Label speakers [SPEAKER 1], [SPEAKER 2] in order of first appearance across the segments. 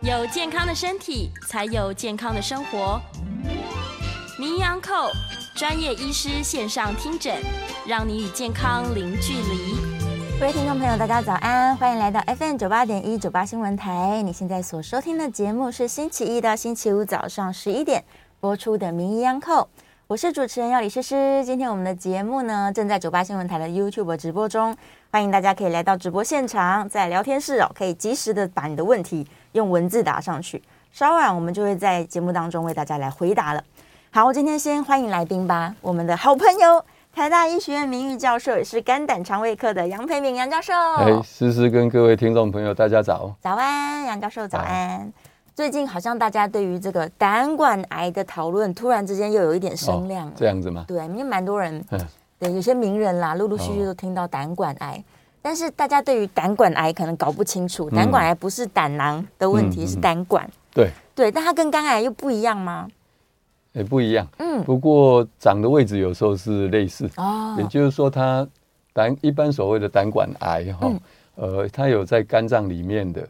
[SPEAKER 1] 有健康的身体，才有健康的生活。名医安扣专业医师线上听诊，让你与健康零距离。
[SPEAKER 2] 各位听众朋友，大家早安，欢迎来到 FM 九八点一九八新闻台。你现在所收听的节目是星期一到星期五早上十一点播出的《名医央叩》，我是主持人要李诗诗。今天我们的节目呢正在九八新闻台的 YouTube 直播中，欢迎大家可以来到直播现场，在聊天室哦，可以及时的把你的问题用文字打上去，稍晚我们就会在节目当中为大家来回答了。好，我今天先欢迎来宾吧，我们的好朋友。台大医学院名誉教授，也是肝胆肠胃科的杨培明杨教授。
[SPEAKER 3] 哎，思思跟各位听众朋友，大家早。哦
[SPEAKER 2] 早安，杨教授，早
[SPEAKER 3] 早
[SPEAKER 2] 安。最近好像大家对于这个胆管癌的讨论，突然之间又有一点声量了。
[SPEAKER 3] 这样子吗？
[SPEAKER 2] 对，因为蛮多人，
[SPEAKER 3] 嗯
[SPEAKER 2] 对，有些名人啦，陆陆续续
[SPEAKER 3] 啊哦
[SPEAKER 2] 都听到胆管癌。但是大家对于胆管癌可能搞不清楚，胆管癌不是胆囊的问题，
[SPEAKER 3] 嗯嗯嗯
[SPEAKER 2] 是胆管。
[SPEAKER 3] 对，
[SPEAKER 2] 对，但它跟肝癌又不一样吗？
[SPEAKER 3] 哎，不一样。
[SPEAKER 2] 嗯，
[SPEAKER 3] 不过长的位置有时候是类似，
[SPEAKER 2] 哦
[SPEAKER 3] 也，就是说，它胆一般所谓的胆管癌哈，
[SPEAKER 2] 嗯
[SPEAKER 3] 呃，它有在肝脏里面的，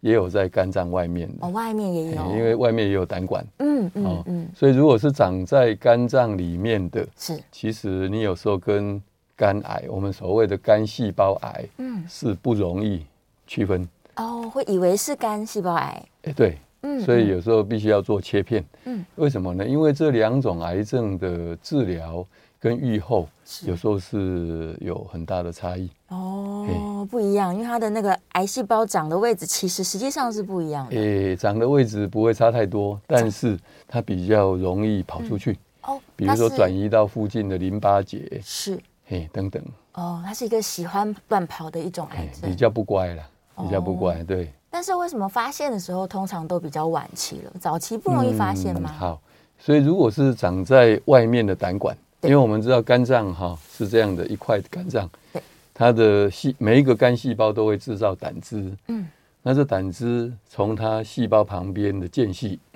[SPEAKER 3] 也有在肝脏外面的，
[SPEAKER 2] 哦，外面也有，
[SPEAKER 3] 哎因为外面也有胆管，
[SPEAKER 2] 嗯嗯
[SPEAKER 3] 哦
[SPEAKER 2] 嗯，
[SPEAKER 3] 所以如果是长在肝脏里面的，
[SPEAKER 2] 是，
[SPEAKER 3] 其实你有时候跟肝癌，我们所谓的肝细胞癌
[SPEAKER 2] 嗯，
[SPEAKER 3] 是不容易区分。
[SPEAKER 2] 哦，会以为是肝细胞癌，
[SPEAKER 3] 哎，对，
[SPEAKER 2] 嗯，
[SPEAKER 3] 所以
[SPEAKER 2] 嗯
[SPEAKER 3] 有时候必须要做切片。
[SPEAKER 2] 嗯
[SPEAKER 3] 为什么呢？因为这两种癌症的治疗跟预后
[SPEAKER 2] 是
[SPEAKER 3] 有时候是有很大的差异。
[SPEAKER 2] 哦，不一样，因为它的那个癌细胞长的位置其实实际上是不一样的。
[SPEAKER 3] 诶、长的位置不会差太多，但是它比较容易跑出去，
[SPEAKER 2] 哦，
[SPEAKER 3] 比如说
[SPEAKER 2] 它是
[SPEAKER 3] 转移到附近的淋巴结，
[SPEAKER 2] 是
[SPEAKER 3] 嘿，等等，
[SPEAKER 2] 哦，它是一个喜欢乱跑的一种癌
[SPEAKER 3] 嘿，
[SPEAKER 2] 症。
[SPEAKER 3] 比较不乖啦，
[SPEAKER 2] 哎哦
[SPEAKER 3] 比较不乖，对，
[SPEAKER 2] 但是为什么发现的时候通常都比较晚期了？早期不容易发现
[SPEAKER 3] 嗯
[SPEAKER 2] 吗？
[SPEAKER 3] 好，所以如果是长在外面的胆管，
[SPEAKER 2] 对
[SPEAKER 3] 因为我们知道肝脏哈、是这样的一块肝脏
[SPEAKER 2] 对，
[SPEAKER 3] 它的细每一个肝细胞都会制造胆汁，
[SPEAKER 2] 嗯，
[SPEAKER 3] 那这胆汁从它细胞旁边的间隙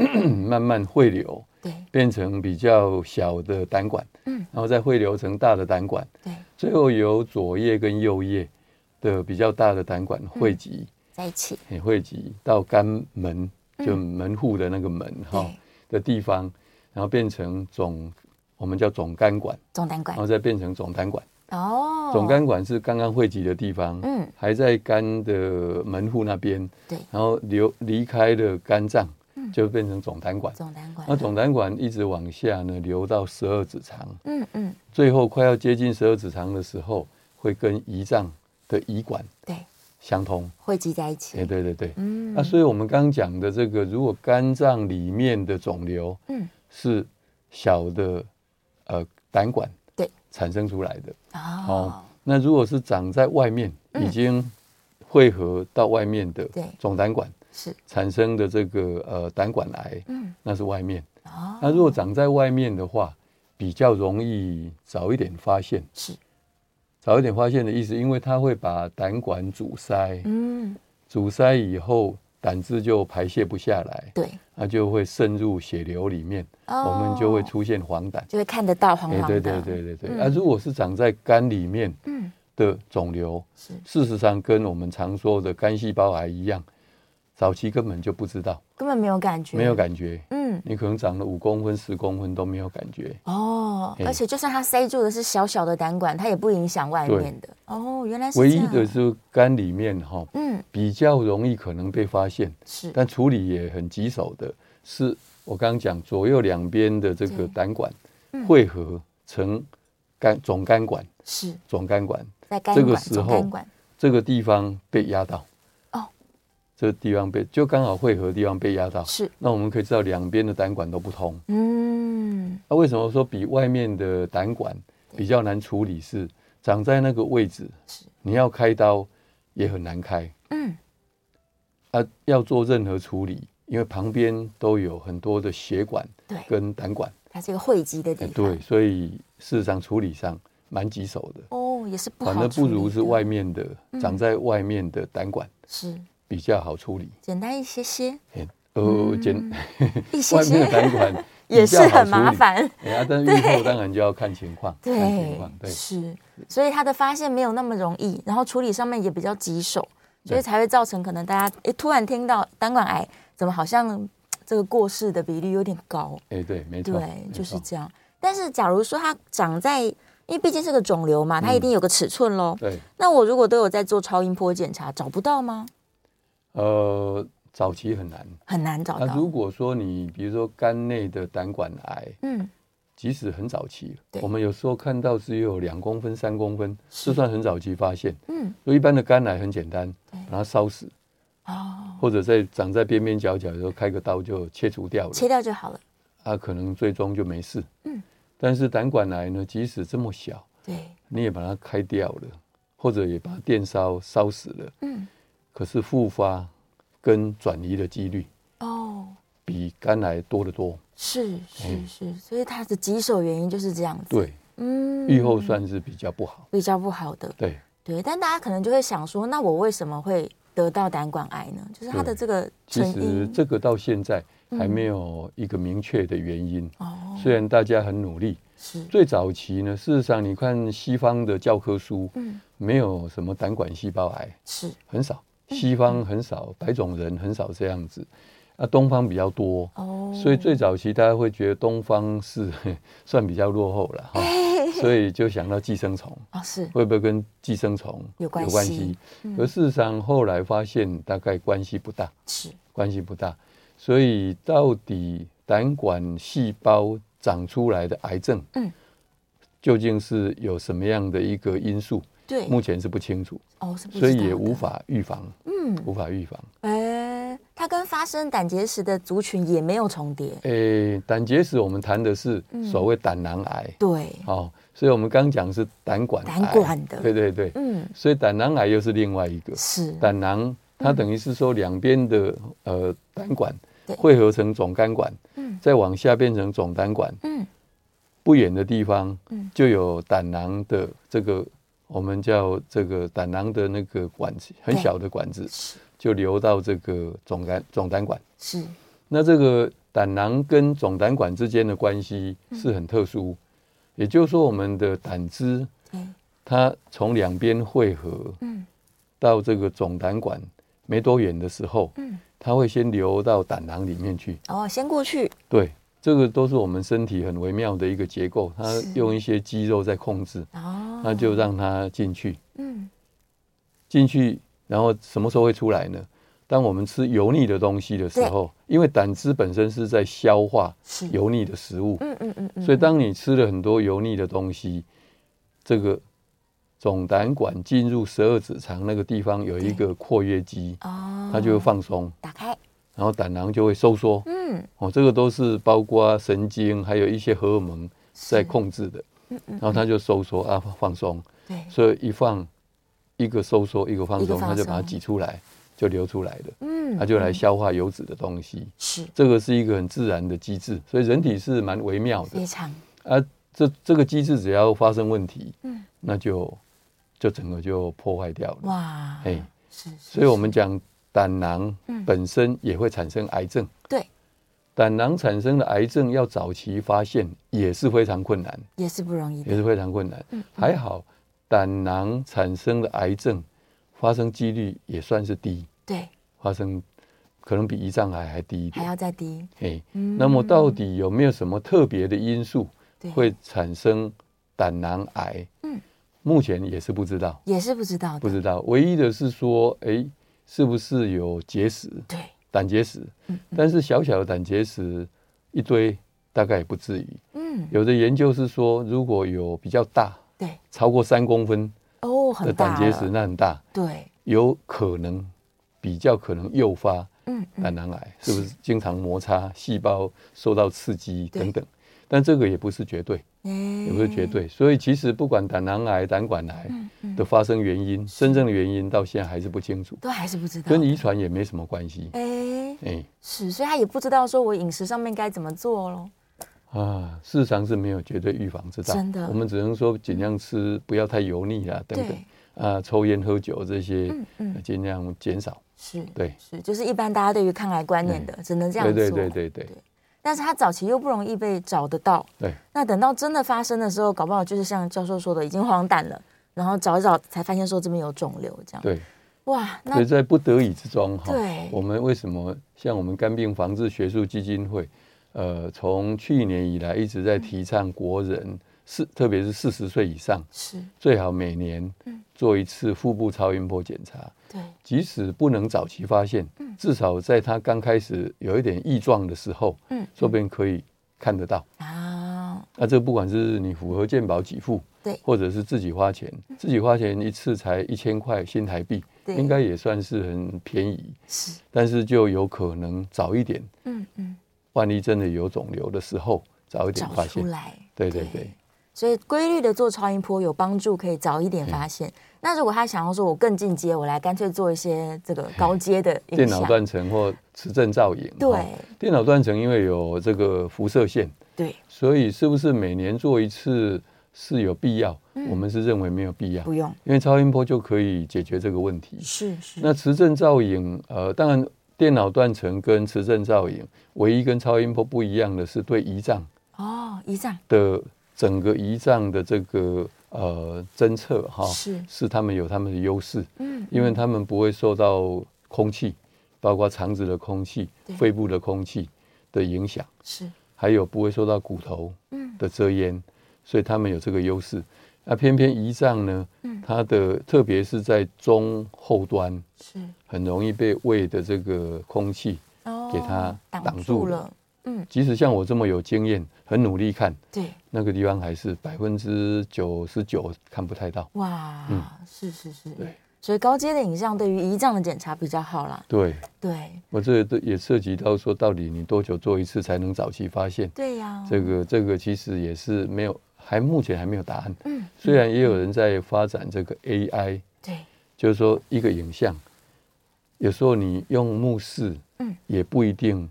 [SPEAKER 3] 慢慢汇流，
[SPEAKER 2] 对
[SPEAKER 3] 变成比较小的胆管，
[SPEAKER 2] 嗯，
[SPEAKER 3] 然后再汇流成大的胆管，
[SPEAKER 2] 对，
[SPEAKER 3] 最后由左叶跟右叶的比较大的胆管汇集，
[SPEAKER 2] 在一起。
[SPEAKER 3] 也汇集到肝门，就
[SPEAKER 2] 嗯
[SPEAKER 3] 门户的那个门哈、的
[SPEAKER 2] 对，
[SPEAKER 3] 地方，然后变成总，我们叫总肝管，
[SPEAKER 2] 总胆管
[SPEAKER 3] 然后再变成总胆管。
[SPEAKER 2] 哦，
[SPEAKER 3] 哦总肝管是刚刚汇集的地方，
[SPEAKER 2] 嗯
[SPEAKER 3] 还在肝的门户那边，
[SPEAKER 2] 对嗯
[SPEAKER 3] 然后流离开了肝脏，就变成总胆管。
[SPEAKER 2] 总胆管
[SPEAKER 3] 那哦总胆管一直往下呢，流到十二指肠，
[SPEAKER 2] 嗯嗯
[SPEAKER 3] 最后快要接近十二指肠的时候，会跟胰脏的胰管
[SPEAKER 2] 对，
[SPEAKER 3] 相通。
[SPEAKER 2] 汇集在一
[SPEAKER 3] 哎，
[SPEAKER 2] 起。
[SPEAKER 3] 对对对。
[SPEAKER 2] 嗯
[SPEAKER 3] 那所以我们刚刚讲的这个，如果肝脏里面的肿瘤，
[SPEAKER 2] 嗯
[SPEAKER 3] 是小的呃胆管
[SPEAKER 2] 对
[SPEAKER 3] 产生出来的
[SPEAKER 2] 哦，
[SPEAKER 3] 那如果是长在外面，
[SPEAKER 2] 嗯
[SPEAKER 3] 已经汇合到外面的
[SPEAKER 2] 对
[SPEAKER 3] 总胆管
[SPEAKER 2] 是
[SPEAKER 3] 产生的这个呃胆管癌，
[SPEAKER 2] 嗯
[SPEAKER 3] 那是外面。
[SPEAKER 2] 哦
[SPEAKER 3] 那如果长在外面的话，比较容易早一点发现。
[SPEAKER 2] 是
[SPEAKER 3] 早一点发现的意思，因为它会把胆管阻塞，
[SPEAKER 2] 嗯
[SPEAKER 3] 阻塞以后胆汁就排泄不下来，
[SPEAKER 2] 对，哦
[SPEAKER 3] 那就会渗入血流里面，我
[SPEAKER 2] 我
[SPEAKER 3] 们就会出现黄疸。
[SPEAKER 2] 就会看得到黄
[SPEAKER 3] 哎，
[SPEAKER 2] 黄
[SPEAKER 3] 对
[SPEAKER 2] 的。
[SPEAKER 3] 对对对对，
[SPEAKER 2] 嗯
[SPEAKER 3] 啊，如果是长在肝里面
[SPEAKER 2] 嗯
[SPEAKER 3] 的肿瘤，
[SPEAKER 2] 是
[SPEAKER 3] 事实上跟我们常说的肝细胞癌一样，早期根本就不知道，
[SPEAKER 2] 根本没有感觉，
[SPEAKER 3] 没有感觉，
[SPEAKER 2] 嗯。
[SPEAKER 3] 你可能长了五公分、十公分都没有感觉。
[SPEAKER 2] 哦，
[SPEAKER 3] 嘿
[SPEAKER 2] 而且就算它塞住的是小小的胆管，它也不影响外
[SPEAKER 3] 对
[SPEAKER 2] 面的。哦，原来是
[SPEAKER 3] 唯
[SPEAKER 2] 这
[SPEAKER 3] 一
[SPEAKER 2] 样
[SPEAKER 3] 的是肝里面哈、
[SPEAKER 2] 嗯，
[SPEAKER 3] 比较容易可能被发现，
[SPEAKER 2] 是
[SPEAKER 3] 但处理也很棘手的是，我刚刚讲左右两边的这
[SPEAKER 2] 对
[SPEAKER 3] 个胆管
[SPEAKER 2] 嗯
[SPEAKER 3] 汇合成肝总肝管，
[SPEAKER 2] 是
[SPEAKER 3] 总肝管
[SPEAKER 2] 在肝
[SPEAKER 3] 这
[SPEAKER 2] 管、
[SPEAKER 3] 个时
[SPEAKER 2] 总
[SPEAKER 3] 候
[SPEAKER 2] 肝管
[SPEAKER 3] 这个地方被压到，
[SPEAKER 2] 哦，
[SPEAKER 3] 这个地方被就刚好汇合的地方被压到，
[SPEAKER 2] 是
[SPEAKER 3] 那我们可以知道两边的胆管都不通。
[SPEAKER 2] 嗯
[SPEAKER 3] 那、为什么说比外面的胆管比较难处理是？长在那个位置
[SPEAKER 2] 是，
[SPEAKER 3] 你要开刀也很难开
[SPEAKER 2] 嗯
[SPEAKER 3] 啊，要做任何处理，因为旁边都有很多的血管
[SPEAKER 2] 对，
[SPEAKER 3] 跟胆管，
[SPEAKER 2] 它是一个汇集的地
[SPEAKER 3] 哎
[SPEAKER 2] 方。
[SPEAKER 3] 对，所以事实上处理上蛮棘手的，
[SPEAKER 2] 哦，也是不好
[SPEAKER 3] 反
[SPEAKER 2] 处理
[SPEAKER 3] 而
[SPEAKER 2] 的，
[SPEAKER 3] 不如是外面的
[SPEAKER 2] 嗯
[SPEAKER 3] 长在外面的胆管
[SPEAKER 2] 是
[SPEAKER 3] 比较好处理。
[SPEAKER 2] 简单一些些，
[SPEAKER 3] 哎呃，简
[SPEAKER 2] 嗯一些
[SPEAKER 3] 外面的
[SPEAKER 2] 些
[SPEAKER 3] 胆管
[SPEAKER 2] 也
[SPEAKER 3] 比
[SPEAKER 2] 是
[SPEAKER 3] 较好
[SPEAKER 2] 很
[SPEAKER 3] 处
[SPEAKER 2] 麻
[SPEAKER 3] 理。
[SPEAKER 2] 烦。
[SPEAKER 3] 哎呀，但是预后当然就要看情况，看情
[SPEAKER 2] 对
[SPEAKER 3] 况，，对，
[SPEAKER 2] 是，所以它的发现没有那么容易，然后处理上面也比较棘手，所以
[SPEAKER 3] 对
[SPEAKER 2] 才会造成可能大家诶突然听到胆管癌，怎么好像这个过世的比率有点高？
[SPEAKER 3] 哎，对，没错，
[SPEAKER 2] 对，
[SPEAKER 3] 没
[SPEAKER 2] 就是
[SPEAKER 3] 错
[SPEAKER 2] 这样。但是假如说它长在，因为毕竟是个肿瘤嘛，
[SPEAKER 3] 嗯
[SPEAKER 2] 它一定有个尺寸喽。
[SPEAKER 3] 对，
[SPEAKER 2] 那我如果都有在做超音波检查，找不到吗？
[SPEAKER 3] 呃，早期很难。
[SPEAKER 2] 很难找
[SPEAKER 3] 那
[SPEAKER 2] 到。
[SPEAKER 3] 如果说你比如说肝内的胆管癌，
[SPEAKER 2] 嗯，
[SPEAKER 3] 即使很早期
[SPEAKER 2] 对，
[SPEAKER 3] 我们有时候看到只有两公分、三公分，就算很早期发现。
[SPEAKER 2] 嗯，
[SPEAKER 3] 所以一般的肝癌很简单，
[SPEAKER 2] 对
[SPEAKER 3] 把它烧死，
[SPEAKER 2] 哦，
[SPEAKER 3] 或者在长在边边角角的时候开个刀就切除掉了，
[SPEAKER 2] 切掉就好了。
[SPEAKER 3] 它、可能最终就没事。
[SPEAKER 2] 嗯，
[SPEAKER 3] 但是胆管癌呢，即使这么小，
[SPEAKER 2] 对，
[SPEAKER 3] 你也把它开掉了，或者也把它电烧烧死了，
[SPEAKER 2] 嗯，
[SPEAKER 3] 可是复发跟转移的几率
[SPEAKER 2] 哦，
[SPEAKER 3] 比肝癌多得多。
[SPEAKER 2] 是是
[SPEAKER 3] 嗯
[SPEAKER 2] 是，所以它的棘手原因就是这样子。，
[SPEAKER 3] 对，
[SPEAKER 2] 嗯
[SPEAKER 3] 预后算是比较不好。
[SPEAKER 2] 比较不好的。
[SPEAKER 3] 对，
[SPEAKER 2] 对，但大家可能就会想说，那我为什么会得到胆管癌呢？就是它
[SPEAKER 3] 对
[SPEAKER 2] 的这个
[SPEAKER 3] 其
[SPEAKER 2] 成
[SPEAKER 3] 实
[SPEAKER 2] 因。嗯
[SPEAKER 3] 这个到现在还没有一个明确的原因，
[SPEAKER 2] 哦，
[SPEAKER 3] 虽然大家很努力。
[SPEAKER 2] 是，
[SPEAKER 3] 最早期呢，事实上你看西方的教科书，
[SPEAKER 2] 嗯，
[SPEAKER 3] 没有什么胆管细胞癌，
[SPEAKER 2] 是，
[SPEAKER 3] 很少，
[SPEAKER 2] 嗯
[SPEAKER 3] 西方很少，白种人很少这样子，啊，东方比较多。
[SPEAKER 2] 哦，
[SPEAKER 3] 所以最早期大家会觉得东方是 算比较落后了 哈，所以就想到寄生虫
[SPEAKER 2] 哦是
[SPEAKER 3] 会不会跟寄生虫
[SPEAKER 2] 有关系嗯
[SPEAKER 3] 而事实上后来发现大概关系不大，
[SPEAKER 2] 是，
[SPEAKER 3] 关系不大。所以到底胆管细胞长出来的癌症，
[SPEAKER 2] 嗯，
[SPEAKER 3] 究竟是有什么样的一个因素，
[SPEAKER 2] 对，
[SPEAKER 3] 目前是不清楚，
[SPEAKER 2] 哦是不知
[SPEAKER 3] 所以也
[SPEAKER 2] 道
[SPEAKER 3] 无
[SPEAKER 2] 的，
[SPEAKER 3] 法预防，
[SPEAKER 2] 嗯，
[SPEAKER 3] 无法预防。
[SPEAKER 2] 哎，它跟发生胆结石的族群也没有重叠，
[SPEAKER 3] 诶，胆结石我们谈的是
[SPEAKER 2] 嗯
[SPEAKER 3] 所谓胆囊癌，
[SPEAKER 2] 对，
[SPEAKER 3] 哦，所以我们刚讲是胆管癌
[SPEAKER 2] 胆管的
[SPEAKER 3] 对对对，
[SPEAKER 2] 嗯，
[SPEAKER 3] 所以胆囊癌又是另外一个
[SPEAKER 2] 是，嗯
[SPEAKER 3] 胆囊，它等于是说两边的呃胆管
[SPEAKER 2] 对
[SPEAKER 3] 汇合成总肝管，
[SPEAKER 2] 嗯
[SPEAKER 3] 再往下变成总胆管，
[SPEAKER 2] 嗯，
[SPEAKER 3] 不远的地方
[SPEAKER 2] 嗯
[SPEAKER 3] 就有胆囊的这个我们叫这个胆囊的那个管子，很
[SPEAKER 2] 对
[SPEAKER 3] 小的管子
[SPEAKER 2] 是
[SPEAKER 3] 就流到这个总肝总胆管。
[SPEAKER 2] 是，
[SPEAKER 3] 那这个胆囊跟总胆管之间的关系
[SPEAKER 2] 嗯
[SPEAKER 3] 是很特殊，也就是说，我们的胆汁
[SPEAKER 2] 对，
[SPEAKER 3] 它从两边汇合
[SPEAKER 2] 哎嗯
[SPEAKER 3] 到这个总胆管没多远的时候，
[SPEAKER 2] 嗯，
[SPEAKER 3] 它会先流到胆囊里面去。
[SPEAKER 2] 哦，先过去，
[SPEAKER 3] 对，这个都是我们身体很微妙的一个结构，它
[SPEAKER 2] 是
[SPEAKER 3] 用一些肌肉在控制，
[SPEAKER 2] 哦，
[SPEAKER 3] 那就让它进去，
[SPEAKER 2] 嗯
[SPEAKER 3] 进去，然后什么时候会出来呢？当我们吃油腻的东西的时候，因为胆汁本身是在消化
[SPEAKER 2] 是，
[SPEAKER 3] 油腻的食物，
[SPEAKER 2] 嗯嗯嗯嗯，
[SPEAKER 3] 所以当你吃了很多油腻的东西，这个总胆管进入十二指肠那个地方有一个括约肌，
[SPEAKER 2] 哦，
[SPEAKER 3] 它就会放松，
[SPEAKER 2] 打开，
[SPEAKER 3] 然后胆囊就会收缩。
[SPEAKER 2] 嗯
[SPEAKER 3] 哦，这个都是包括神经还有一些荷尔蒙在控制的，
[SPEAKER 2] 嗯嗯
[SPEAKER 3] 然，后它就收缩啊放松，
[SPEAKER 2] 对，
[SPEAKER 3] 所以一放一个收缩一个放
[SPEAKER 2] 一个
[SPEAKER 3] 松，
[SPEAKER 2] 放
[SPEAKER 3] 它就把它
[SPEAKER 2] 松
[SPEAKER 3] 挤出来，就流出来的，
[SPEAKER 2] 嗯，
[SPEAKER 3] 它就来消化油脂的东西。
[SPEAKER 2] 是
[SPEAKER 3] 这个是一个很自然的机制，所以人体是蛮微妙的
[SPEAKER 2] 非。常
[SPEAKER 3] 啊，这这个机制只要发生问题，
[SPEAKER 2] 嗯
[SPEAKER 3] 那就就整个就破坏掉了。
[SPEAKER 2] 哇，
[SPEAKER 3] 哎，
[SPEAKER 2] 是，是
[SPEAKER 3] 所以我们
[SPEAKER 2] 是
[SPEAKER 3] 讲胆囊
[SPEAKER 2] 嗯
[SPEAKER 3] 本身也会产生癌症，
[SPEAKER 2] 对
[SPEAKER 3] 胆囊产生的癌症要早期发现也是非常困难，
[SPEAKER 2] 也是不容易
[SPEAKER 3] 也
[SPEAKER 2] 的，
[SPEAKER 3] 是非常困难。
[SPEAKER 2] 嗯
[SPEAKER 3] 还好胆囊产生的癌症发生几率也算是低，
[SPEAKER 2] 对，
[SPEAKER 3] 发生可能比胰脏癌还低一
[SPEAKER 2] 还
[SPEAKER 3] 点。
[SPEAKER 2] 要再低，
[SPEAKER 3] 嘿，
[SPEAKER 2] 嗯
[SPEAKER 3] 那么到底有没有什么特别的因素？
[SPEAKER 2] 对，
[SPEAKER 3] 会产生胆囊癌，
[SPEAKER 2] 嗯
[SPEAKER 3] 目前也是不知道，
[SPEAKER 2] 也是不知道的，
[SPEAKER 3] 不知道。唯一的是说，哎，是不是有结石，
[SPEAKER 2] 对，
[SPEAKER 3] 胆结石？
[SPEAKER 2] 嗯
[SPEAKER 3] 但是小小的胆结石一堆，大概也不至于。
[SPEAKER 2] 嗯，
[SPEAKER 3] 有的研究是说，如果有比较大，
[SPEAKER 2] 对，
[SPEAKER 3] 超过三公分
[SPEAKER 2] 哦，
[SPEAKER 3] 的
[SPEAKER 2] 很
[SPEAKER 3] 胆
[SPEAKER 2] 大
[SPEAKER 3] 结
[SPEAKER 2] 了，
[SPEAKER 3] 石，那很大，
[SPEAKER 2] 对，
[SPEAKER 3] 有可能比较可能诱发
[SPEAKER 2] 嗯嗯
[SPEAKER 3] 胆囊癌，是不是？经常摩擦，细胞受到刺激
[SPEAKER 2] 对
[SPEAKER 3] 等等。但这个也不是绝对。
[SPEAKER 2] 也
[SPEAKER 3] 也不是
[SPEAKER 2] 嗯
[SPEAKER 3] 绝，对。所以其实不管胆囊癌、胆管癌的发生原因，真正的原因到现在还是不清楚，
[SPEAKER 2] 都还是不知道，
[SPEAKER 3] 跟遗传也没什么关系。
[SPEAKER 2] 哎
[SPEAKER 3] 哎、
[SPEAKER 2] 是，所以他也不知道说我饮食上面该怎么做咯。
[SPEAKER 3] 啊，事实上是没有绝对预防之道，
[SPEAKER 2] 真的
[SPEAKER 3] 我们只能说尽量吃，不要太油腻啊，等
[SPEAKER 2] 对
[SPEAKER 3] 等啊，抽烟喝酒这些
[SPEAKER 2] 嗯嗯
[SPEAKER 3] 尽量减少。
[SPEAKER 2] 是，
[SPEAKER 3] 对
[SPEAKER 2] 是，就是一般大家对于抗癌观念的，只能这样
[SPEAKER 3] 对
[SPEAKER 2] 做，
[SPEAKER 3] 对对对对
[SPEAKER 2] 但是他早期又不容易被找得到，
[SPEAKER 3] 对，
[SPEAKER 2] 那等到真的发生的时候，搞不好就是像教授说的，已经荒诞了，然后找一找才发现说这边有肿瘤这样。
[SPEAKER 3] 对，
[SPEAKER 2] 哇，
[SPEAKER 3] 所
[SPEAKER 2] 那
[SPEAKER 3] 以在不得已之中哈
[SPEAKER 2] 对，
[SPEAKER 3] 我们为什么像我们肝病防治学术基金会，呃，从去年以来一直在提倡国人四，特别是四十岁以上，
[SPEAKER 2] 是
[SPEAKER 3] 最好每年
[SPEAKER 2] 嗯
[SPEAKER 3] 做一次腹部超音波检查，
[SPEAKER 2] 对
[SPEAKER 3] 即使不能早期发现，
[SPEAKER 2] 嗯
[SPEAKER 3] 至少在他刚开始有一点异状的时候，
[SPEAKER 2] 嗯
[SPEAKER 3] 说不定可以看得到。
[SPEAKER 2] 啊，
[SPEAKER 3] 那这不管是你符合健保给付，
[SPEAKER 2] 对嗯
[SPEAKER 3] 或者是自己花钱，自己花钱一次才一千块新台币，
[SPEAKER 2] 对
[SPEAKER 3] 应该也算是很便宜，
[SPEAKER 2] 是
[SPEAKER 3] 但是就有可能早一点，
[SPEAKER 2] 嗯嗯，
[SPEAKER 3] 万一真的有肿瘤的时候，早一点
[SPEAKER 2] 找
[SPEAKER 3] 发
[SPEAKER 2] 出
[SPEAKER 3] 现。
[SPEAKER 2] 来，
[SPEAKER 3] 对对对，
[SPEAKER 2] 所以规律的做超音波有帮助，可以早一点
[SPEAKER 3] 嗯
[SPEAKER 2] 发现。那如果他想要说，我更进阶，我来干脆做一些这个高阶的影
[SPEAKER 3] 电
[SPEAKER 2] 像
[SPEAKER 3] 脑断层或磁振造影。
[SPEAKER 2] 对
[SPEAKER 3] 哦电脑断层因为有这个辐射线，
[SPEAKER 2] 对，
[SPEAKER 3] 所以是不是每年做一次是有必要？
[SPEAKER 2] 嗯
[SPEAKER 3] 我们是认为没有必要，
[SPEAKER 2] 不用
[SPEAKER 3] 因为超音波就可以解决这个问题。
[SPEAKER 2] 是是
[SPEAKER 3] 嗯那磁振造影，呃，当然电脑断层跟磁振造影唯一跟超音波不一样的是，对胰脏
[SPEAKER 2] 哦，胰脏
[SPEAKER 3] 的整个胰脏的这个呃侦测哈，
[SPEAKER 2] 是
[SPEAKER 3] 是他们有他们的优势，
[SPEAKER 2] 嗯
[SPEAKER 3] 因为他们不会受到空气，包括肠子的空气
[SPEAKER 2] 对、
[SPEAKER 3] 肺部的空气的影响，
[SPEAKER 2] 是
[SPEAKER 3] 还有不会受到骨头
[SPEAKER 2] 嗯
[SPEAKER 3] 的遮掩，所以他们有这个优势。那偏偏胰脏呢，
[SPEAKER 2] 嗯
[SPEAKER 3] 它的特别是在中后端，
[SPEAKER 2] 是
[SPEAKER 3] 很容易被胃的这个空气，
[SPEAKER 2] 哦
[SPEAKER 3] 给它
[SPEAKER 2] 挡
[SPEAKER 3] 挡
[SPEAKER 2] 住
[SPEAKER 3] 住
[SPEAKER 2] 了
[SPEAKER 3] 了，
[SPEAKER 2] 嗯
[SPEAKER 3] 即使像我这么有经验，很努力看
[SPEAKER 2] 对
[SPEAKER 3] 那个地方，还是百分之九十九看不太到。
[SPEAKER 2] 哇
[SPEAKER 3] 嗯
[SPEAKER 2] 是是是
[SPEAKER 3] 对
[SPEAKER 2] 所以高阶的影像对于胰脏的检查比较好啦，
[SPEAKER 3] 对
[SPEAKER 2] 对
[SPEAKER 3] 我这都也涉及到说，到底你多久做一次才能早期发现？
[SPEAKER 2] 对呀
[SPEAKER 3] 这个这个其实也是没有，还目前还没有答案。
[SPEAKER 2] 嗯
[SPEAKER 3] 虽然也有人在发展这个 AI，
[SPEAKER 2] 对
[SPEAKER 3] 就是说一个影像，有时候你用目视，
[SPEAKER 2] 嗯
[SPEAKER 3] 也不一定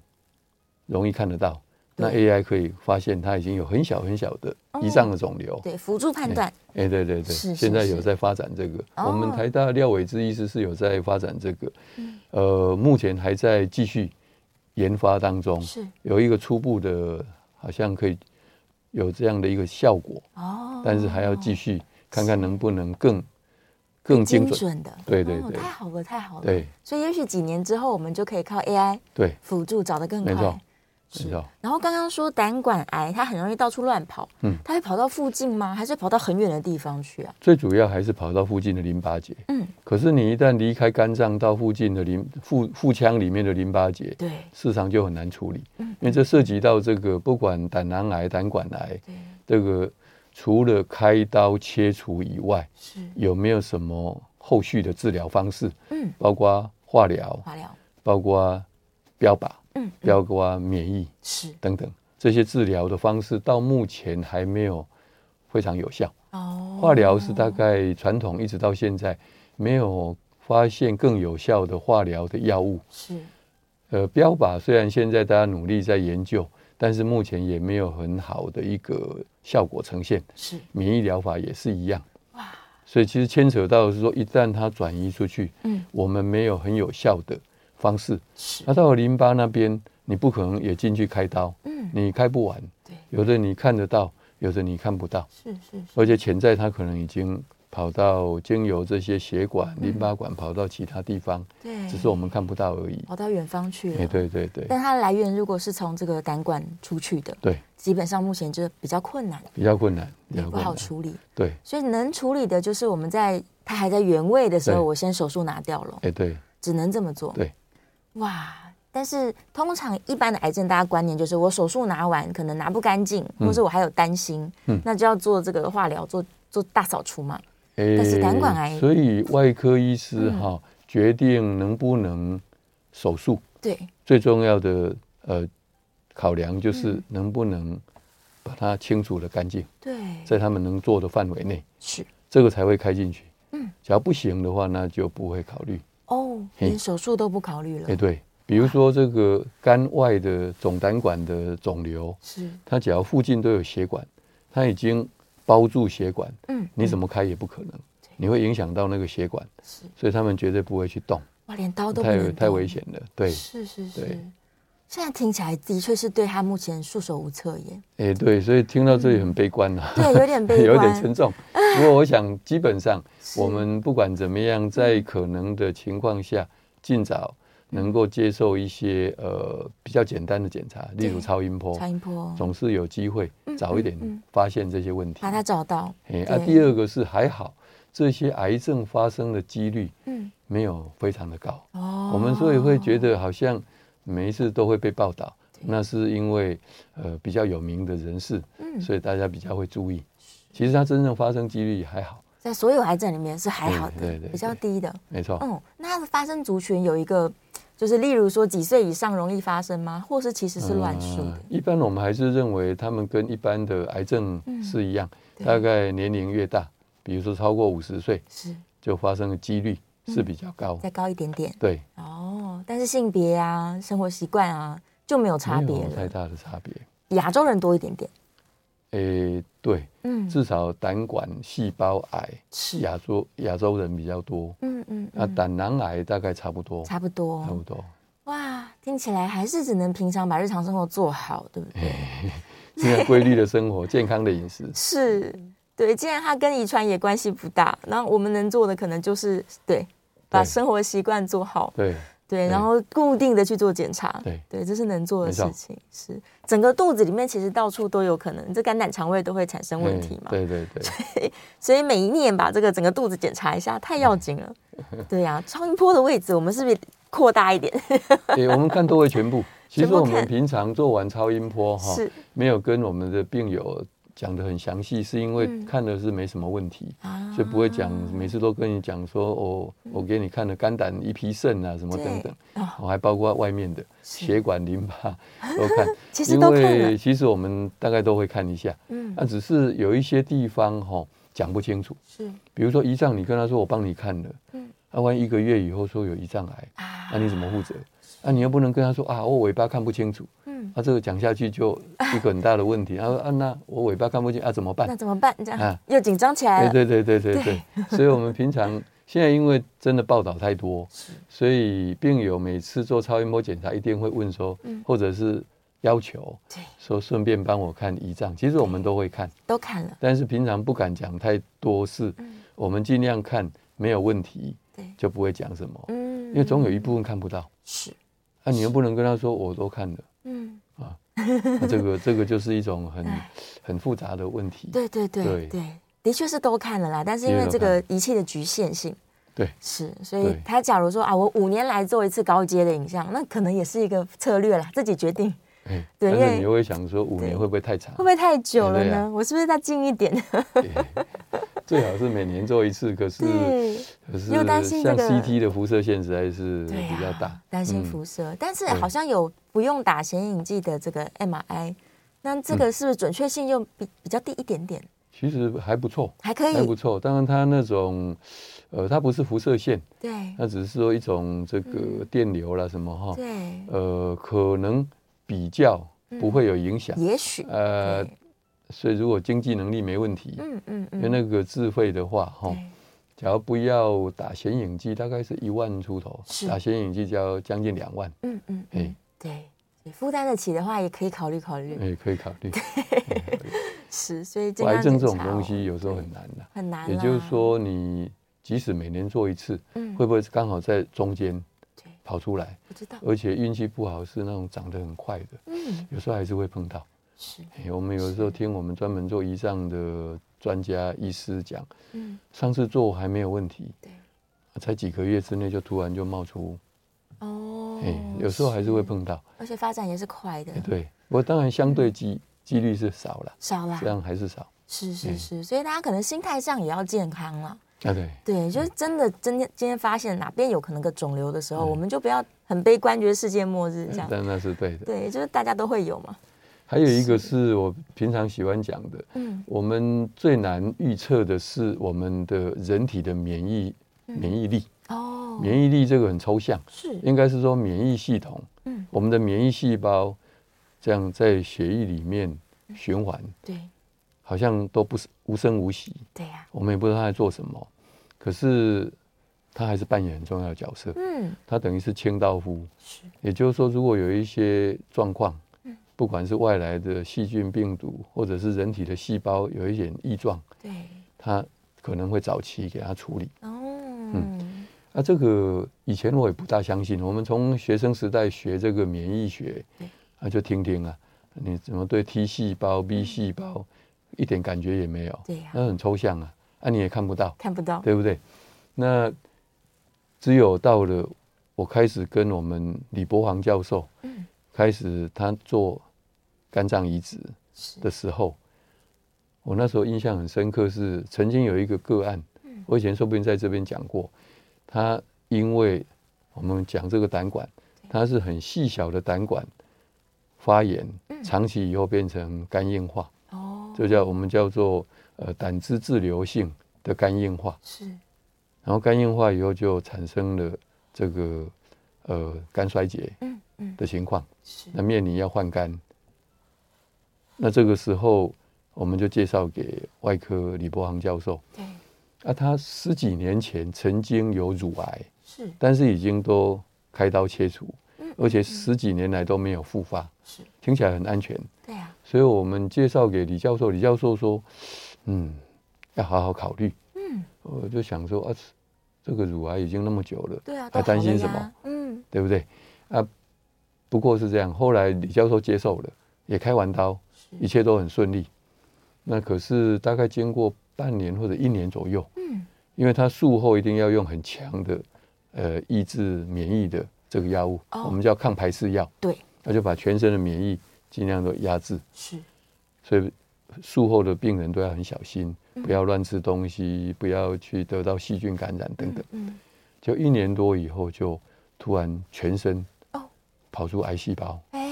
[SPEAKER 3] 容易看得到。那 AI 可以发现它已经有很小很小的胰脏的肿瘤。
[SPEAKER 2] 对辅助判断
[SPEAKER 3] 哎、对对对，
[SPEAKER 2] 是是
[SPEAKER 3] 现在有
[SPEAKER 2] 是
[SPEAKER 3] 在发展这个。
[SPEAKER 2] 哦
[SPEAKER 3] 我们台大廖伟之医师是有在发展这个，
[SPEAKER 2] 嗯
[SPEAKER 3] 呃，目前还在继续研发当中，
[SPEAKER 2] 是
[SPEAKER 3] 有一个初步的，好像可以有这样的一个效果，
[SPEAKER 2] 哦，
[SPEAKER 3] 但是还要继续看看能不能更更精
[SPEAKER 2] 精
[SPEAKER 3] 准。
[SPEAKER 2] 准哦的
[SPEAKER 3] 对对
[SPEAKER 2] 哦
[SPEAKER 3] 对
[SPEAKER 2] 太好了太好了
[SPEAKER 3] 对
[SPEAKER 2] 所以也许几年之后我们就可以靠 AI
[SPEAKER 3] 对，
[SPEAKER 2] 辅助找得更
[SPEAKER 3] 没
[SPEAKER 2] 快
[SPEAKER 3] 错。没错。
[SPEAKER 2] 然后刚刚说胆管癌，它很容易到处乱跑，嗯
[SPEAKER 3] 嗯，
[SPEAKER 2] 它会跑到附近吗？还是跑到很远的地方去啊？
[SPEAKER 3] 最主要还是跑到附近的淋巴结。
[SPEAKER 2] 嗯，
[SPEAKER 3] 可是你一旦离开肝脏到附近的淋腹腹腔里面的淋巴结，
[SPEAKER 2] 对
[SPEAKER 3] 市场就很难处理，
[SPEAKER 2] 嗯
[SPEAKER 3] 因为这涉及到这个不管胆囊癌、胆管癌，
[SPEAKER 2] 对，
[SPEAKER 3] 这个除了开刀切除以外，
[SPEAKER 2] 是，
[SPEAKER 3] 有没有什么后续的治疗方式？
[SPEAKER 2] 嗯，
[SPEAKER 3] 包括化疗，
[SPEAKER 2] 化疗，
[SPEAKER 3] 包括标靶，
[SPEAKER 2] 啊嗯，
[SPEAKER 3] 包括免疫
[SPEAKER 2] 是
[SPEAKER 3] 等等这些治疗的方式，到目前还没有非常有效。
[SPEAKER 2] 哦，
[SPEAKER 3] 化疗是大概传统一直到现在没有发现更有效的化疗的药物。
[SPEAKER 2] 是
[SPEAKER 3] 呃，标靶虽然现在大家努力在研究，但是目前也没有很好的一个效果呈现。
[SPEAKER 2] 是
[SPEAKER 3] 免疫疗法也是一样。所以其实牵扯到的是说，一旦它转移出去，
[SPEAKER 2] 嗯，
[SPEAKER 3] 我们没有很有效的方式，
[SPEAKER 2] 是
[SPEAKER 3] 那到了淋巴那边，你不可能也进去开刀，
[SPEAKER 2] 嗯
[SPEAKER 3] 你开不完。
[SPEAKER 2] 对
[SPEAKER 3] 有的你看得到，有的你看不到，
[SPEAKER 2] 是是是，
[SPEAKER 3] 而且潜在它可能已经跑到经由这些血管、淋巴管跑到其他地方，
[SPEAKER 2] 对，
[SPEAKER 3] 只是我们看不到而已。
[SPEAKER 2] 跑到远方去
[SPEAKER 3] 哎，
[SPEAKER 2] 了。
[SPEAKER 3] 对对对
[SPEAKER 2] 但它的来源如果是从这个胆管出去的，
[SPEAKER 3] 对，
[SPEAKER 2] 基本上目前就是比较困难，
[SPEAKER 3] 比较困难，比
[SPEAKER 2] 也
[SPEAKER 3] 较
[SPEAKER 2] 不
[SPEAKER 3] 困难
[SPEAKER 2] 好。处理。
[SPEAKER 3] 对，
[SPEAKER 2] 所以能处理的就是我们在它还在原位的时候，
[SPEAKER 3] 对
[SPEAKER 2] 我先手术拿掉了，
[SPEAKER 3] 哎对
[SPEAKER 2] 只能这么做。
[SPEAKER 3] 对，
[SPEAKER 2] 哇！但是通常一般的癌症，大家观念就是我手术拿完可能拿不干净，或者我还有担心，
[SPEAKER 3] 嗯
[SPEAKER 2] 那就要做这个化疗，做做大扫除嘛。
[SPEAKER 3] 哎
[SPEAKER 2] 但是胆管癌嗯
[SPEAKER 3] 所以外科医师哈、决定能不能手术，
[SPEAKER 2] 对，
[SPEAKER 3] 最重要的呃考量就是
[SPEAKER 2] 嗯
[SPEAKER 3] 能不能把它清除的干净，
[SPEAKER 2] 对，
[SPEAKER 3] 在他们能做的范围内，
[SPEAKER 2] 是
[SPEAKER 3] 这个才会开进去。
[SPEAKER 2] 嗯，
[SPEAKER 3] 只要不行的话，那就不会考虑。
[SPEAKER 2] 哦，
[SPEAKER 3] 嘿
[SPEAKER 2] 连手术都不考虑了。
[SPEAKER 3] 哎、对，比如说这个肝外的总胆管的肿瘤，
[SPEAKER 2] 是，
[SPEAKER 3] 它只要附近都有血管，它已经包住血管，
[SPEAKER 2] 嗯，
[SPEAKER 3] 你怎么开也不可能，你会影响到那个血管，
[SPEAKER 2] 是
[SPEAKER 3] 所以他们绝对不会去动，
[SPEAKER 2] 哦哇，连刀都不
[SPEAKER 3] 太
[SPEAKER 2] 能
[SPEAKER 3] 太
[SPEAKER 2] 动
[SPEAKER 3] 危险了。对，
[SPEAKER 2] 是是是
[SPEAKER 3] 对，
[SPEAKER 2] 现在听起来的确是对他目前束手无策 耶。
[SPEAKER 3] 哎、对，所以听到这里很悲观啊，
[SPEAKER 2] 嗯对，有点悲
[SPEAKER 3] 有
[SPEAKER 2] 观，
[SPEAKER 3] 点沉重。不过我 想，基本上
[SPEAKER 2] 是嗯
[SPEAKER 3] 我们不管怎么样，在可能的情况下，尽早能够接受一些呃比较简单的检查，例如
[SPEAKER 2] 对
[SPEAKER 3] 超音波
[SPEAKER 2] 超，音波
[SPEAKER 3] 总是有机会早一点
[SPEAKER 2] 嗯嗯
[SPEAKER 3] 发现这些问题。
[SPEAKER 2] 把他找到。
[SPEAKER 3] 哎，啊，
[SPEAKER 2] 对
[SPEAKER 3] 第二个是还好，这些癌症发生的几率
[SPEAKER 2] 嗯，
[SPEAKER 3] 没有非常的高。
[SPEAKER 2] 哦
[SPEAKER 3] 我们所以会觉得好像每一次都会被报道，那是因为呃比较有名的人士，
[SPEAKER 2] 嗯
[SPEAKER 3] 所以大家比较会注意。其实它真正发生几率还好，
[SPEAKER 2] 在所有癌症里面是还好的，
[SPEAKER 3] 嗯对对
[SPEAKER 2] 比较
[SPEAKER 3] 对哦
[SPEAKER 2] 低的。
[SPEAKER 3] 没错。
[SPEAKER 2] 嗯，那它的发生族群有一个，就是例如说几岁以上容易发生吗？或是其实是乱数的
[SPEAKER 3] 嗯？一般我们还是认为他们跟一般的癌症是一样，
[SPEAKER 2] 嗯对
[SPEAKER 3] 大概年龄越大，比如说超过五十岁，
[SPEAKER 2] 是
[SPEAKER 3] 就发生的几率是比较高。
[SPEAKER 2] 再高一点点
[SPEAKER 3] 对，
[SPEAKER 2] 哦，但是性别啊、生活习惯啊就没有差
[SPEAKER 3] 没
[SPEAKER 2] 别
[SPEAKER 3] 有太
[SPEAKER 2] 了。
[SPEAKER 3] 大的差别。
[SPEAKER 2] 亚洲人多一点点，
[SPEAKER 3] 诶、对，
[SPEAKER 2] 嗯，
[SPEAKER 3] 至少胆管细胞癌，
[SPEAKER 2] 是
[SPEAKER 3] 亚洲亚洲人比较多，
[SPEAKER 2] 嗯嗯，
[SPEAKER 3] 那
[SPEAKER 2] 嗯
[SPEAKER 3] 啊胆囊癌大概差不多，
[SPEAKER 2] 差不
[SPEAKER 3] 差不
[SPEAKER 2] 多。
[SPEAKER 3] 多。
[SPEAKER 2] 哇，听起来还是只能平常把日常生活做好，对不对？
[SPEAKER 3] 现在规律的生 活，健康的饮食，
[SPEAKER 2] 是，嗯对，既然它跟遗传也关系不大，那我们能做的可能就是对，把
[SPEAKER 3] 对
[SPEAKER 2] 生活习惯做好，
[SPEAKER 3] 对，
[SPEAKER 2] 对，然后固定的去做检查，
[SPEAKER 3] 对
[SPEAKER 2] 这是能做的
[SPEAKER 3] 没错
[SPEAKER 2] 事情。是，整个肚子里面其实到处都有可能，这肝胆肠胃都会产生问题嘛，
[SPEAKER 3] 对对对，
[SPEAKER 2] 所以每一年把这个整个肚子检查一下太要紧 了。对呀、超音波的位置我们是不是扩大一点？
[SPEAKER 3] 诶我们看都会全 部。其
[SPEAKER 2] 全
[SPEAKER 3] 实
[SPEAKER 2] 部
[SPEAKER 3] 我
[SPEAKER 2] 看
[SPEAKER 3] 们平常做完超音波哈，
[SPEAKER 2] 是
[SPEAKER 3] 没有跟我们的病友讲的很详细，是因为
[SPEAKER 2] 嗯
[SPEAKER 3] 看的是没什么问题，
[SPEAKER 2] 啊嗯
[SPEAKER 3] 所以不会讲每次都跟你讲说哦，我给你看了肝胆一皮肾啊什么等等，
[SPEAKER 2] 啊，
[SPEAKER 3] 我还包括外面的
[SPEAKER 2] 是
[SPEAKER 3] 血管淋巴都看，
[SPEAKER 2] 其实
[SPEAKER 3] 因
[SPEAKER 2] 都看了
[SPEAKER 3] 为，其实我们大概都会看一下，
[SPEAKER 2] 嗯，
[SPEAKER 3] 那只是有一些地方哈、讲不清楚，
[SPEAKER 2] 是
[SPEAKER 3] 比如说胰脏，你跟他说我帮你看了，
[SPEAKER 2] 嗯
[SPEAKER 3] 那、万一一个月以后说有胰脏癌，
[SPEAKER 2] 啊
[SPEAKER 3] 那、你怎么负责？那、你又不能跟他说啊，我尾巴看不清楚，啊
[SPEAKER 2] 嗯，
[SPEAKER 3] 那、这个讲下去就一个很大的问题。啊啊，那我尾巴看不清啊，怎么办
[SPEAKER 2] 那？怎么办？这样、
[SPEAKER 3] 啊
[SPEAKER 2] 又紧张起来了。
[SPEAKER 3] 对对对对对对，所以我们平常现在因为真的报道太多，所以病友每次做超音波检查一定会问说，
[SPEAKER 2] 嗯
[SPEAKER 3] 或者是要求
[SPEAKER 2] 对
[SPEAKER 3] 说顺便帮我看胰脏，其实我们都会看，
[SPEAKER 2] 都看了，
[SPEAKER 3] 但是平常不敢讲太多事，
[SPEAKER 2] 嗯
[SPEAKER 3] 我们尽量看没有问题
[SPEAKER 2] 对
[SPEAKER 3] 就不会讲什么，
[SPEAKER 2] 嗯，
[SPEAKER 3] 因为总有一部分看不到，
[SPEAKER 2] 是，
[SPEAKER 3] 那你又不能跟他说我都看了。
[SPEAKER 2] 嗯，
[SPEAKER 3] 那这 个这个就是一种很
[SPEAKER 2] 哎
[SPEAKER 3] 很复杂的问题。
[SPEAKER 2] 对对对
[SPEAKER 3] 对
[SPEAKER 2] 对，的确是都看了啦，但是因
[SPEAKER 3] 的
[SPEAKER 2] 为
[SPEAKER 3] 确
[SPEAKER 2] 这
[SPEAKER 3] 都看
[SPEAKER 2] 个
[SPEAKER 3] 了
[SPEAKER 2] 仪器的局限性，
[SPEAKER 3] 对
[SPEAKER 2] 是，所以
[SPEAKER 3] 对
[SPEAKER 2] 他假如说啊，我五年来做一次高阶的影像，那可能也是一个策略啦，自己决定
[SPEAKER 3] 哎
[SPEAKER 2] 对
[SPEAKER 3] 但
[SPEAKER 2] 因为
[SPEAKER 3] 是你会想说五
[SPEAKER 2] 对
[SPEAKER 3] 年会不会太长
[SPEAKER 2] 会不？会太久了
[SPEAKER 3] 哎对
[SPEAKER 2] 呢？
[SPEAKER 3] 啊
[SPEAKER 2] 我是不是再近一点？
[SPEAKER 3] 哎最好是每年做一次，可是
[SPEAKER 2] 对，
[SPEAKER 3] 可是
[SPEAKER 2] 又担心
[SPEAKER 3] 像
[SPEAKER 2] 这个
[SPEAKER 3] CT 的辐射线实在是
[SPEAKER 2] 对啊
[SPEAKER 3] 比较大，
[SPEAKER 2] 担心
[SPEAKER 3] 嗯
[SPEAKER 2] 辐射，但是
[SPEAKER 3] 对
[SPEAKER 2] 好像有不用打显影剂的这个 MRI，那
[SPEAKER 3] 嗯
[SPEAKER 2] 这个是不是准确性又比比较低一点点？
[SPEAKER 3] 其实还不错，
[SPEAKER 2] 还可
[SPEAKER 3] 还不
[SPEAKER 2] 以，
[SPEAKER 3] 错。当然它那种呃，它不是辐射线，
[SPEAKER 2] 对
[SPEAKER 3] 它只是说一种这个电流啦什么哈，
[SPEAKER 2] 嗯对，
[SPEAKER 3] 呃，可能比较不会有影响。
[SPEAKER 2] 也许，
[SPEAKER 3] 呃
[SPEAKER 2] 嗯对，
[SPEAKER 3] 所以如果经济能力没问题，
[SPEAKER 2] 嗯嗯
[SPEAKER 3] 因
[SPEAKER 2] 嗯，
[SPEAKER 3] 为那个哦自费的话哈。
[SPEAKER 2] 对
[SPEAKER 3] 假如不要打显影剂，大概是一万出头
[SPEAKER 2] 是，
[SPEAKER 3] 打显影剂就要将近两万，
[SPEAKER 2] 嗯嗯，
[SPEAKER 3] 哎、
[SPEAKER 2] 嗯对，你负担得起的话，也可以考虑考虑
[SPEAKER 3] 哎、。可以考虑。
[SPEAKER 2] 是，所以
[SPEAKER 3] 不
[SPEAKER 2] 健
[SPEAKER 3] 过
[SPEAKER 2] 康
[SPEAKER 3] 癌症这
[SPEAKER 2] 检
[SPEAKER 3] 种
[SPEAKER 2] 查
[SPEAKER 3] 东
[SPEAKER 2] 哦
[SPEAKER 3] 西有时候很难的，
[SPEAKER 2] 很难。啊
[SPEAKER 3] 也就是，说，你即使每年做一次，
[SPEAKER 2] 嗯，
[SPEAKER 3] 会不会刚好在中间
[SPEAKER 2] 对，
[SPEAKER 3] 跑出来？
[SPEAKER 2] 不知道，
[SPEAKER 3] 而且运气不好是那种长得很快的，
[SPEAKER 2] 嗯，
[SPEAKER 3] 有时候还是会碰到。
[SPEAKER 2] 是，
[SPEAKER 3] 哎我们有时候听我们专门做胰脏的专家医师讲，
[SPEAKER 2] 嗯，
[SPEAKER 3] 上次做还没有问题，啊
[SPEAKER 2] 对，
[SPEAKER 3] 才几个月之内就突然就冒出，
[SPEAKER 2] 哦
[SPEAKER 3] 哎、，有时候还是会
[SPEAKER 2] 是，
[SPEAKER 3] 碰到。
[SPEAKER 2] 而且发展也是快的
[SPEAKER 3] 哎，对，不过当然相对几几率是少了，
[SPEAKER 2] 少啦
[SPEAKER 3] 这，样还是少。
[SPEAKER 2] 是是
[SPEAKER 3] 嗯
[SPEAKER 2] 是，所以大家可能心态上也要健康了。
[SPEAKER 3] 啊，对，
[SPEAKER 2] 对，就是真的，真的今天发现哪边有可能个肿瘤的时候，
[SPEAKER 3] 嗯
[SPEAKER 2] 我们就不要很悲观，觉得世界末日这样。
[SPEAKER 3] 但那是嗯对的。
[SPEAKER 2] 对，就是大家都会有嘛。
[SPEAKER 3] 还有一个是我平常喜欢讲的，
[SPEAKER 2] 嗯，
[SPEAKER 3] 我们最难预测的是我们的人体的免疫
[SPEAKER 2] 嗯
[SPEAKER 3] 免疫力，
[SPEAKER 2] 哦，
[SPEAKER 3] 免疫力这个很抽象，
[SPEAKER 2] 是，
[SPEAKER 3] 应该是说免疫系统，
[SPEAKER 2] 嗯
[SPEAKER 3] 我们的免疫细胞这样在血液里面循环，
[SPEAKER 2] 对，
[SPEAKER 3] 好像都不是无声无息，
[SPEAKER 2] 对呀，
[SPEAKER 3] 我们也不知道它在做什么，可是他还是扮演很重要的角色。
[SPEAKER 2] 嗯，
[SPEAKER 3] 他等于是清道夫，
[SPEAKER 2] 是，
[SPEAKER 3] 也就是说，如果有一些状况，
[SPEAKER 2] 嗯
[SPEAKER 3] 不管是外来的细菌、病毒，或者是人体的细胞有一点异状，
[SPEAKER 2] 对，
[SPEAKER 3] 他可能会早期给他处理。
[SPEAKER 2] 哦，
[SPEAKER 3] 啊，这个以前我也不大相信。我们从学生时代学这个免疫学
[SPEAKER 2] 对，嗯
[SPEAKER 3] 啊，就听听啊，你怎么对 T 细胞、B 细胞一点感觉也没有？
[SPEAKER 2] 对呀
[SPEAKER 3] 那很抽象啊，啊，你也看不到，
[SPEAKER 2] 看不到，
[SPEAKER 3] 对不对？那只有到了我开始跟我们李伯煌教授，
[SPEAKER 2] 嗯
[SPEAKER 3] 开始他做肝脏移植
[SPEAKER 2] 是
[SPEAKER 3] 的时候，我那时候印象很深刻是，曾经有一个个案，我以前说不定在这边讲过，他因为我们讲这个胆管，它是很细小的胆管发炎，长期以后变成肝硬化，
[SPEAKER 2] 嗯哦，
[SPEAKER 3] 这叫我们叫做呃胆汁滞留性的肝硬化。
[SPEAKER 2] 是，
[SPEAKER 3] 然后肝硬化以后就产生了这个呃肝衰竭
[SPEAKER 2] 嗯嗯，
[SPEAKER 3] 的情况，
[SPEAKER 2] 是，
[SPEAKER 3] 那面临要换肝。那这个时候我们就介绍给外科李伯航教授，
[SPEAKER 2] 对，
[SPEAKER 3] 啊，他十几年前曾经有乳癌，
[SPEAKER 2] 是
[SPEAKER 3] 但是已经都开刀切除
[SPEAKER 2] 嗯，
[SPEAKER 3] 而且十几年来都没有复发，
[SPEAKER 2] 是，
[SPEAKER 3] 听起来很安全。
[SPEAKER 2] 对呀，
[SPEAKER 3] 所以我们介绍给李教授，李教授说，嗯，要好好考虑。
[SPEAKER 2] 嗯，
[SPEAKER 3] 我就想说啊，这个乳癌已经那么久了，
[SPEAKER 2] 对啊，
[SPEAKER 3] 还
[SPEAKER 2] 都
[SPEAKER 3] 担
[SPEAKER 2] 好
[SPEAKER 3] 心
[SPEAKER 2] 了
[SPEAKER 3] 什
[SPEAKER 2] 呀
[SPEAKER 3] 么？
[SPEAKER 2] 嗯，
[SPEAKER 3] 对不对？啊，不过是这样。后来李教授接受了，也开完刀，一切都很顺利。那可是大概经过半年或者一年左右，
[SPEAKER 2] 嗯，
[SPEAKER 3] 因为他术后一定要用很强的呃抑制免疫的这个药物，
[SPEAKER 2] 哦
[SPEAKER 3] 我们叫抗排斥药，
[SPEAKER 2] 对，
[SPEAKER 3] 那就把全身的免疫尽量都压制。
[SPEAKER 2] 是，
[SPEAKER 3] 所以术后的病人都要很小心，
[SPEAKER 2] 嗯
[SPEAKER 3] 不要乱吃东西，不要去得到细菌感染等等。
[SPEAKER 2] 嗯，
[SPEAKER 3] 就一年多以后，就突然全身
[SPEAKER 2] 哦
[SPEAKER 3] 跑出癌细胞，
[SPEAKER 2] 哎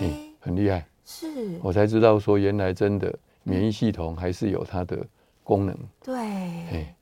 [SPEAKER 3] 嗯，，很厉害。
[SPEAKER 2] 是，
[SPEAKER 3] 我才知道说，原来真的免疫系统还是有它的功能。
[SPEAKER 2] 对，
[SPEAKER 3] 哎，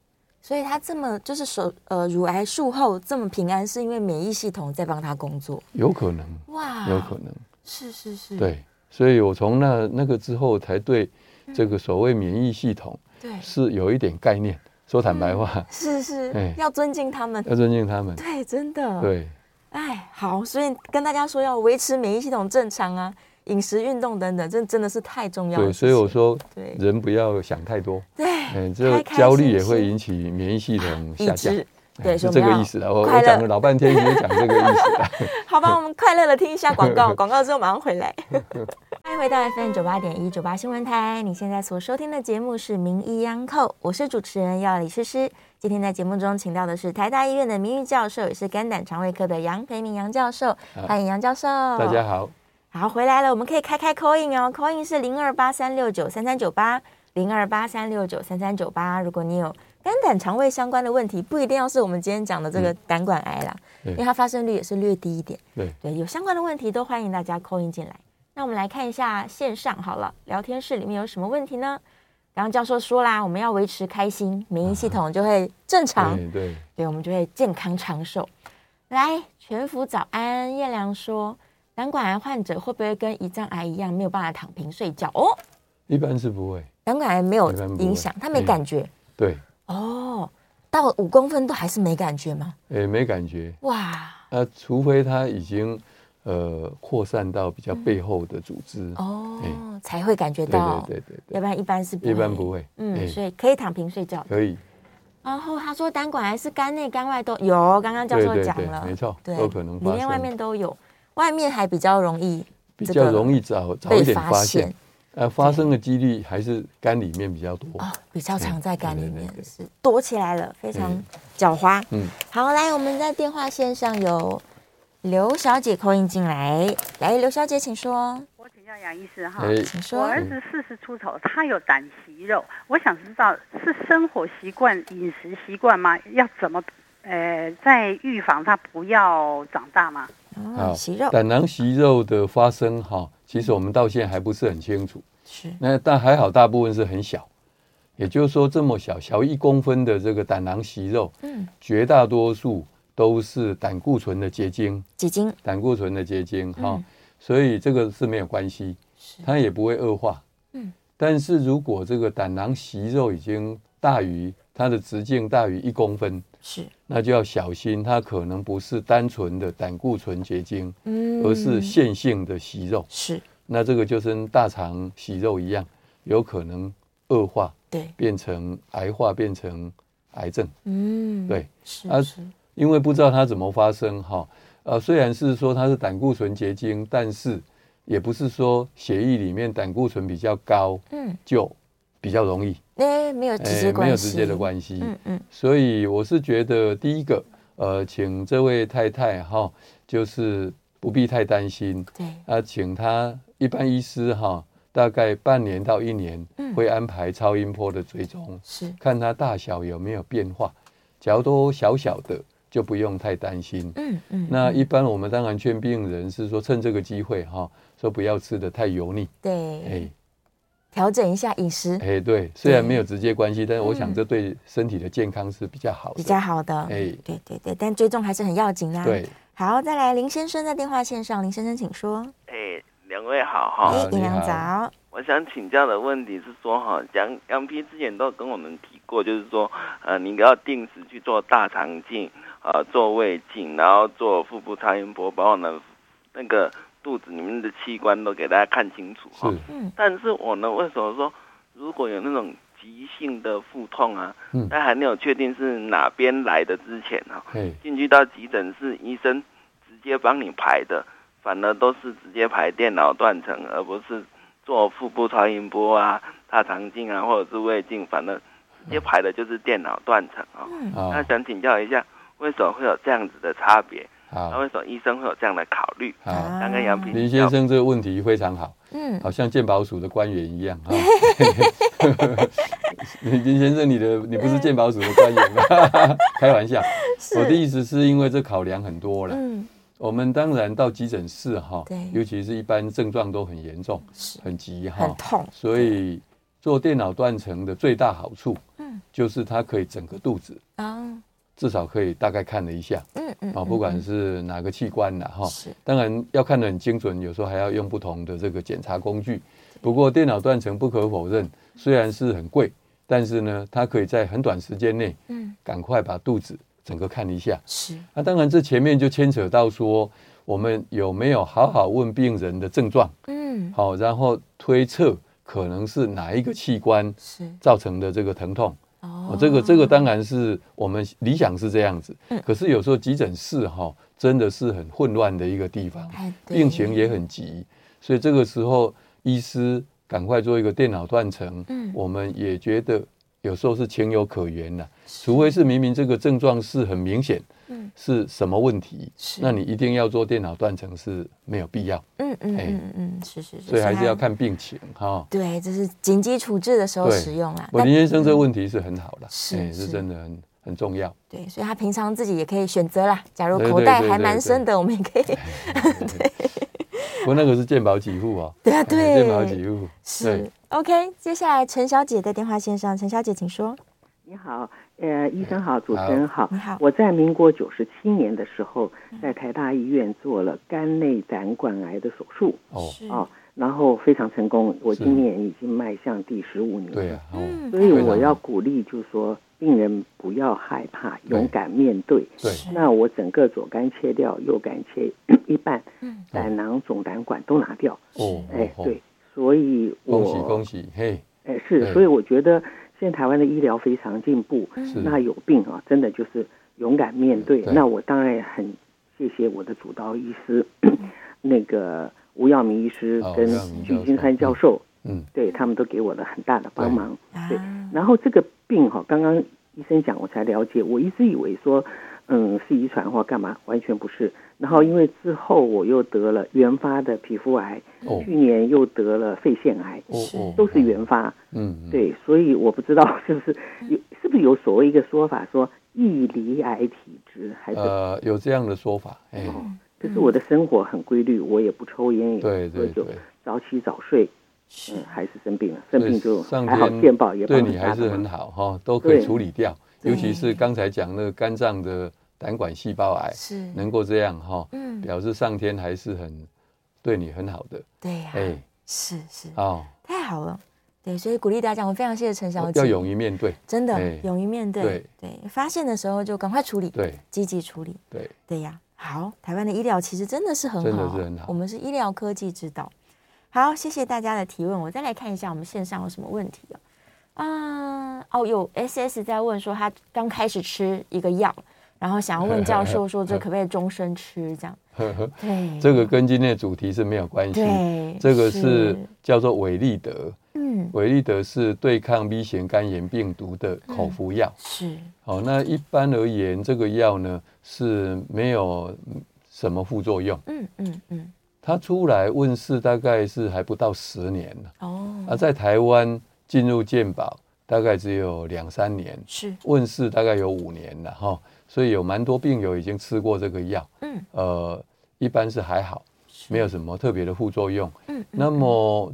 [SPEAKER 2] 所以他这么就是手呃乳癌术后这么平安，是因为免疫系统在帮他工作。
[SPEAKER 3] 有可能，
[SPEAKER 2] 哇，
[SPEAKER 3] 有可能。
[SPEAKER 2] 是是是，
[SPEAKER 3] 对，所以我从那那个之后，才对这个所谓免疫系统
[SPEAKER 2] 对，
[SPEAKER 3] 是有一点概念。说坦白话，
[SPEAKER 2] 是是
[SPEAKER 3] 哎，
[SPEAKER 2] 要尊敬他们。
[SPEAKER 3] 要尊敬他们。
[SPEAKER 2] 对，真的。，
[SPEAKER 3] 对，
[SPEAKER 2] 哎，好，所以跟大家说要维持免疫系统正常啊，饮食、运动等等，这真的是太重要了。
[SPEAKER 3] 对，所以我，说，
[SPEAKER 2] 对
[SPEAKER 3] 人不要想太多，
[SPEAKER 2] 对，
[SPEAKER 3] 嗯，这
[SPEAKER 2] 开开
[SPEAKER 3] 焦虑
[SPEAKER 2] 心
[SPEAKER 3] 也会
[SPEAKER 2] 心
[SPEAKER 3] 引起免疫系统
[SPEAKER 2] 抑
[SPEAKER 3] 下降，
[SPEAKER 2] 制。
[SPEAKER 3] 哎
[SPEAKER 2] 对，
[SPEAKER 3] 是
[SPEAKER 2] 所以
[SPEAKER 3] 这
[SPEAKER 2] 我们
[SPEAKER 3] 个
[SPEAKER 2] 要
[SPEAKER 3] 意思啊。我
[SPEAKER 2] 快
[SPEAKER 3] 我
[SPEAKER 2] 乐
[SPEAKER 3] 讲了老半天，只是讲这个意 思啊。
[SPEAKER 2] 好吧，我们快乐的听一下广 告，广告之后马上回来。欢迎回到 FM 九八点一九八新闻台，你现在所收听的节目是《名医央叩》，我是主持人要李诗诗。今天在节目中请到的是台大医院的名誉教授，也是肝胆肠胃科的杨培明杨教授，欢迎杨教授。
[SPEAKER 3] 啊大家好，
[SPEAKER 2] 好，回来了，我们可以开开 coin 哦，coin 是零二八三六九三三九八，零二八三六九三三九八。如果你有肝胆肠胃相关的问题，不一定要是我们今天讲的这个胆管癌啦，
[SPEAKER 3] 嗯对
[SPEAKER 2] 因为它发生率也是略低一点。
[SPEAKER 3] 对，
[SPEAKER 2] 对，有相关的问题都欢迎大家 coin 进来。那我们来看一下线上好了，聊天室里面有什么问题呢？刚刚教授说啦，我们要维持开心，免疫系统就会正常。
[SPEAKER 3] 对哎对，
[SPEAKER 2] 对，我们就会健康长寿。来，全福早安，叶良说，胆管癌患者会不会跟胰脏癌一样没有办法躺平睡觉？哦，
[SPEAKER 3] 一般是不会，
[SPEAKER 2] 胆管癌没有
[SPEAKER 3] 一般不会
[SPEAKER 2] 影响，他没感觉、
[SPEAKER 3] 对，
[SPEAKER 2] 哦，到五公分都还是没感觉吗？
[SPEAKER 3] 诶，哎没感觉。
[SPEAKER 2] 哇，
[SPEAKER 3] 那除非它已经呃扩散到比较背后的组织，
[SPEAKER 2] 嗯哦，
[SPEAKER 3] 哎
[SPEAKER 2] 才会感觉
[SPEAKER 3] 对
[SPEAKER 2] 到，
[SPEAKER 3] 对对对对，
[SPEAKER 2] 要不然一般是不会
[SPEAKER 3] 一般不会
[SPEAKER 2] 嗯，
[SPEAKER 3] 哎
[SPEAKER 2] 所以可以躺平睡觉。
[SPEAKER 3] 可以，
[SPEAKER 2] 然后他说胆管癌是肝内肝外都有，刚刚教
[SPEAKER 3] 对
[SPEAKER 2] 授
[SPEAKER 3] 对
[SPEAKER 2] 讲
[SPEAKER 3] 对
[SPEAKER 2] 了，
[SPEAKER 3] 没错
[SPEAKER 2] 对，
[SPEAKER 3] 都可能
[SPEAKER 2] 里
[SPEAKER 3] 发
[SPEAKER 2] 面
[SPEAKER 3] 生
[SPEAKER 2] 外面都有，外面还比较容易
[SPEAKER 3] 比
[SPEAKER 2] 这
[SPEAKER 3] 较
[SPEAKER 2] 个
[SPEAKER 3] 容易早早
[SPEAKER 2] 被
[SPEAKER 3] 一点
[SPEAKER 2] 发
[SPEAKER 3] 发
[SPEAKER 2] 现
[SPEAKER 3] 现。呃，发生的几率还是肝里面比较多。
[SPEAKER 2] 哦，比较藏在肝里面
[SPEAKER 3] 哎对对，对对
[SPEAKER 2] 是躲起来了，非常狡猾。
[SPEAKER 3] 嗯，
[SPEAKER 2] 好，来，我们在电话线上有刘小姐扣音进来，来，刘小姐，请说，
[SPEAKER 4] 我请教杨医师哈，
[SPEAKER 3] 诶，
[SPEAKER 2] 请
[SPEAKER 4] 我
[SPEAKER 2] 说。
[SPEAKER 3] 嗯
[SPEAKER 4] 儿子四十出头，他有胆息肉，我想知道是生活习惯、饮食习惯吗？要怎么呃，在预防他不要长大吗？
[SPEAKER 2] 哦，息肉
[SPEAKER 3] 胆囊息肉的发生哈，其实我们到现在还不是很清楚。
[SPEAKER 2] 是
[SPEAKER 3] 那但还好，大部分是很小，也就是说这么小，小一公分的这个胆囊息肉，
[SPEAKER 2] 嗯，
[SPEAKER 3] 绝大多数都是胆固醇的结晶，
[SPEAKER 2] 几斤？
[SPEAKER 3] 胆固醇的结晶
[SPEAKER 2] 嗯
[SPEAKER 3] 哈、所以这个是没有关系，它也不会恶化。
[SPEAKER 2] 嗯，
[SPEAKER 3] 但是如果这个胆囊息肉已经大于它的直径大于一公分，
[SPEAKER 2] 是，
[SPEAKER 3] 那就要小心，它可能不是单纯的胆固醇结晶，
[SPEAKER 2] 嗯
[SPEAKER 3] 而是线性的息肉。
[SPEAKER 2] 是，
[SPEAKER 3] 那这个就跟大肠息肉一样，有可能恶化，
[SPEAKER 2] 对，
[SPEAKER 3] 变成癌化，变成癌症。
[SPEAKER 2] 嗯，
[SPEAKER 3] 对，
[SPEAKER 2] 是
[SPEAKER 3] 啊
[SPEAKER 2] 是，
[SPEAKER 3] 因为不知道它怎么发生哈。呃，虽然是说它是胆固醇结晶，但是也不是说血液里面胆固醇比较高
[SPEAKER 2] 嗯，
[SPEAKER 3] 就比较容易，
[SPEAKER 2] 哎，没有直接关系，
[SPEAKER 3] 没有直接的关系。
[SPEAKER 2] 嗯嗯，
[SPEAKER 3] 所以我是觉得第一个，呃，请这位太太哈，就是不必太担心，
[SPEAKER 2] 对，
[SPEAKER 3] 啊，请她一般医师哈，大概半年到一年
[SPEAKER 2] 嗯
[SPEAKER 3] 会安排超音波的追踪，
[SPEAKER 2] 是，
[SPEAKER 3] 看它大小有没有变化，假如都小小的就不用太担心。
[SPEAKER 2] 嗯嗯，
[SPEAKER 3] 那一般我们当然劝病人是说趁这个机会哈，说不要吃的太油腻，
[SPEAKER 2] 对，
[SPEAKER 3] 哎
[SPEAKER 2] 调整一下饮食
[SPEAKER 3] 哎对，虽然没有直接关系，但是我想这对身体的健康是比较好
[SPEAKER 2] 比
[SPEAKER 3] 的。
[SPEAKER 2] 较好的，
[SPEAKER 3] 哎
[SPEAKER 2] 对对对，但追踪还是很要紧啦。
[SPEAKER 3] 对，，
[SPEAKER 2] 好，再来林先生在电话线上，林先生请说。
[SPEAKER 5] 哎，两位好哈，
[SPEAKER 2] 哎，
[SPEAKER 3] 啊你
[SPEAKER 2] 林良
[SPEAKER 3] 好
[SPEAKER 2] 早，
[SPEAKER 5] 我想请教的问题是说哈，杨杨批之前都跟我们提过，就是说呃，你要定时去做大肠镜，呃，做胃镜，然后做腹部超音波，把我们那个肚子里面的器官都给大家看清楚哈。
[SPEAKER 3] 是，
[SPEAKER 2] 嗯，
[SPEAKER 5] 但是我呢，为什么说如果有那种急性的腹痛啊
[SPEAKER 3] 嗯，
[SPEAKER 5] 但还没有确定是哪边来的之前啊哈、
[SPEAKER 3] 哎
[SPEAKER 5] 进去到急诊室，医生直接帮你排的，反而都是直接排电脑断层，而不是做腹部超音波啊、大肠镜啊，或者是胃镜，反正直接排的就是电脑断层啊、
[SPEAKER 2] 嗯
[SPEAKER 5] 哦。那
[SPEAKER 3] 啊，
[SPEAKER 5] 想请教一下，为什么会有这样子的差别？那
[SPEAKER 3] 好
[SPEAKER 5] 为什么医生会有这样的考虑？
[SPEAKER 3] 好，
[SPEAKER 5] 刚刚杨平
[SPEAKER 3] 林先生这个问题非常好，
[SPEAKER 2] 嗯，
[SPEAKER 3] 好像鉴宝署的官员一样哈。 林林先生，你的你不是鉴宝署的官员吗？ 开玩笑，
[SPEAKER 2] 是，
[SPEAKER 3] 我的意思是因为这考量很多了。
[SPEAKER 2] 嗯，
[SPEAKER 3] 我们当然到急诊室哈
[SPEAKER 2] 对，
[SPEAKER 3] 尤其是一般症状都很严重，
[SPEAKER 2] 是
[SPEAKER 3] 很急
[SPEAKER 2] 很
[SPEAKER 3] 哈，
[SPEAKER 2] 痛，
[SPEAKER 3] 所以做电脑断层的最大好处，
[SPEAKER 2] 嗯
[SPEAKER 3] 就是它可以整个肚子
[SPEAKER 2] 啊，
[SPEAKER 3] 至少可以大概看了一下
[SPEAKER 2] 嗯嗯，
[SPEAKER 3] 啊，
[SPEAKER 2] 嗯
[SPEAKER 3] 不管
[SPEAKER 2] 嗯
[SPEAKER 3] 是哦哪个器官啦哈，
[SPEAKER 2] 是，
[SPEAKER 3] 当然要看得很精准，有时候还要用不同的这个检查工具。不过电脑断层不可否认，虽然是很贵，但是呢，它可以在很短时间内
[SPEAKER 2] 嗯，
[SPEAKER 3] 赶快把肚子整个看一下。
[SPEAKER 2] 是，
[SPEAKER 3] 那、当然，这前面就牵扯到说，我们有没有好好问病人的症状，
[SPEAKER 2] 嗯，
[SPEAKER 3] 好、然后推测可能是哪一个器官
[SPEAKER 2] 是，
[SPEAKER 3] 造成的这个疼痛。
[SPEAKER 2] 哦
[SPEAKER 3] 哦，这个这个当然是我们理想是这样子
[SPEAKER 2] 嗯，
[SPEAKER 3] 可是有时候急诊室哈、真的是很混乱的一个地方，
[SPEAKER 2] 哎对
[SPEAKER 3] 病情也很急，所以这个时候医师赶快做一个电脑断层，
[SPEAKER 2] 嗯
[SPEAKER 3] 我们也觉得有时候是情有可原的，除非是明明这个症状是很明显，
[SPEAKER 2] 嗯
[SPEAKER 3] 是什么问题，
[SPEAKER 2] 是
[SPEAKER 3] 那你哎一定要做电脑断层是没有必要，
[SPEAKER 2] 嗯嗯
[SPEAKER 3] 哎
[SPEAKER 2] 嗯嗯，是是是，
[SPEAKER 3] 所以还是要
[SPEAKER 2] 它。
[SPEAKER 3] 看病情哈。
[SPEAKER 2] 对，这是啊紧急处置的时候
[SPEAKER 3] 对
[SPEAKER 2] 使用啦。
[SPEAKER 3] 我
[SPEAKER 2] 但嗯
[SPEAKER 3] 林先生这个问题是很好的，
[SPEAKER 2] 是
[SPEAKER 3] 哎
[SPEAKER 2] 是
[SPEAKER 3] 是真的很很重 要。
[SPEAKER 2] 对，所以他平常自己也可以选择啦。假如
[SPEAKER 3] 对
[SPEAKER 2] 口
[SPEAKER 3] 对
[SPEAKER 2] 袋
[SPEAKER 3] 对
[SPEAKER 2] 还
[SPEAKER 3] 对
[SPEAKER 2] 蛮
[SPEAKER 3] 对
[SPEAKER 2] 深的，我们也可以。
[SPEAKER 3] 对，不过那个是健保给付哦，
[SPEAKER 2] 对啊，
[SPEAKER 3] 健保给
[SPEAKER 2] 对，
[SPEAKER 3] 付
[SPEAKER 2] 是 OK。接下来陈小姐在电话线上，陈小姐请说。
[SPEAKER 6] 你好，呃，医生好，主持人好。
[SPEAKER 2] 你好
[SPEAKER 6] 我在民国九十七年的时候，
[SPEAKER 3] 嗯
[SPEAKER 6] 在台大医院做了肝内胆管癌的手术，
[SPEAKER 3] 哦，
[SPEAKER 2] 是
[SPEAKER 6] 哦，然后非常成功。我
[SPEAKER 3] 是
[SPEAKER 6] 今年已经迈向第十五年了。
[SPEAKER 3] 对啊，哦，
[SPEAKER 2] 嗯，
[SPEAKER 6] 所以
[SPEAKER 3] 非常好
[SPEAKER 6] 我要鼓励，就是说病人不要害怕，
[SPEAKER 3] 对
[SPEAKER 6] 勇敢面对。
[SPEAKER 3] 对，
[SPEAKER 2] 是
[SPEAKER 6] 那我整个左肝切掉，右肝切一半，
[SPEAKER 2] 嗯
[SPEAKER 6] 胆囊、总胆管都拿掉。
[SPEAKER 3] 哦，
[SPEAKER 6] 哎，
[SPEAKER 3] 哦
[SPEAKER 6] 对，，所以我
[SPEAKER 3] 恭喜恭喜，嘿，
[SPEAKER 6] 哎，
[SPEAKER 3] 对
[SPEAKER 6] 是，所以我觉得现在台湾的医疗非常进步，
[SPEAKER 3] 是
[SPEAKER 6] 那有病啊，真的就是勇敢面对。
[SPEAKER 3] 对
[SPEAKER 6] 那我当然也很谢谢我的主刀医师， 那个吴耀明医师
[SPEAKER 3] 哦
[SPEAKER 6] 跟
[SPEAKER 3] 吴耀明
[SPEAKER 6] 许
[SPEAKER 3] 教授
[SPEAKER 6] 金山教授，
[SPEAKER 3] 嗯，
[SPEAKER 6] 对他们都给我了很大的帮忙。
[SPEAKER 2] 啊
[SPEAKER 6] 对，然后这个病哈、刚刚医生讲我才了解，我一直以为说，嗯，是遗传或干嘛，完全不是。然后因为之后我又得了原发的皮肤癌，
[SPEAKER 3] 哦
[SPEAKER 6] 去年又得了肺腺癌，
[SPEAKER 3] 哦
[SPEAKER 2] 是
[SPEAKER 3] 哦，
[SPEAKER 6] 都是原发。
[SPEAKER 3] 嗯，嗯，
[SPEAKER 6] 对，所以我不知道是不是有是不是有所谓一个说法说易离癌体质，还是、
[SPEAKER 3] 呃，有这样的说法，哎，
[SPEAKER 6] 可是我的生活很规律，我也不抽烟，也不
[SPEAKER 3] 对
[SPEAKER 6] 喝
[SPEAKER 3] 对
[SPEAKER 6] 酒
[SPEAKER 3] 对，，
[SPEAKER 6] 早起早睡，
[SPEAKER 2] 是
[SPEAKER 6] 嗯，还是生病了，生病就
[SPEAKER 3] 所以
[SPEAKER 6] 还好，健保也
[SPEAKER 3] 对
[SPEAKER 6] 帮
[SPEAKER 3] 你还是很
[SPEAKER 6] 好，
[SPEAKER 3] 好哈，都可以
[SPEAKER 6] 对
[SPEAKER 3] 处理掉，
[SPEAKER 2] 对
[SPEAKER 3] 尤其是刚才讲那个肝脏的胆管细胞癌，
[SPEAKER 2] 是，
[SPEAKER 3] 能够这样哈，
[SPEAKER 2] 嗯，
[SPEAKER 3] 表示上天还是很对你很好的，
[SPEAKER 2] 对呀，
[SPEAKER 3] 哎，
[SPEAKER 2] 是是，
[SPEAKER 3] 哦，
[SPEAKER 2] 太好了。对，所以鼓励大家，我们非常谢谢陈小姐，
[SPEAKER 3] 要勇于面对。
[SPEAKER 2] 真的
[SPEAKER 3] 哎
[SPEAKER 2] 勇于面对
[SPEAKER 3] 对，
[SPEAKER 2] 对，发现的时候就赶快处理，
[SPEAKER 3] 对
[SPEAKER 2] 积极处理，
[SPEAKER 3] 对，
[SPEAKER 2] 对呀。好，台湾的医疗其实真的是很好，
[SPEAKER 3] 真的是很好
[SPEAKER 2] 我们是医疗科技之岛。好，谢谢大家的提问。我再来看一下我们线上有什么问题哦。啊，哦，有 S S 在问说他刚开始吃一个药，然后想要问教授说这可不可以终身 吃？这样，
[SPEAKER 6] 哎
[SPEAKER 2] 对，
[SPEAKER 3] 这个跟今天的主题是没有关系。
[SPEAKER 2] 对，
[SPEAKER 3] 这个是叫做韦利德，
[SPEAKER 2] 嗯
[SPEAKER 3] 韦利德是对抗 B 型肝炎病毒的口服药。
[SPEAKER 2] 是
[SPEAKER 3] 好、那一般而言，这个药呢是没有嗯什么副作用。
[SPEAKER 2] 嗯嗯嗯
[SPEAKER 3] 它出来问世大概是还不到十年呢，
[SPEAKER 2] 哦
[SPEAKER 3] 啊，在台湾进入健保大概只有两三年，
[SPEAKER 2] 是
[SPEAKER 3] 问世大概有五年了哈，所以有蛮多病友已经吃过这个药，
[SPEAKER 2] 嗯
[SPEAKER 3] 呃，一般是还好，没有什么特别的副作用。
[SPEAKER 2] 嗯
[SPEAKER 3] 那么，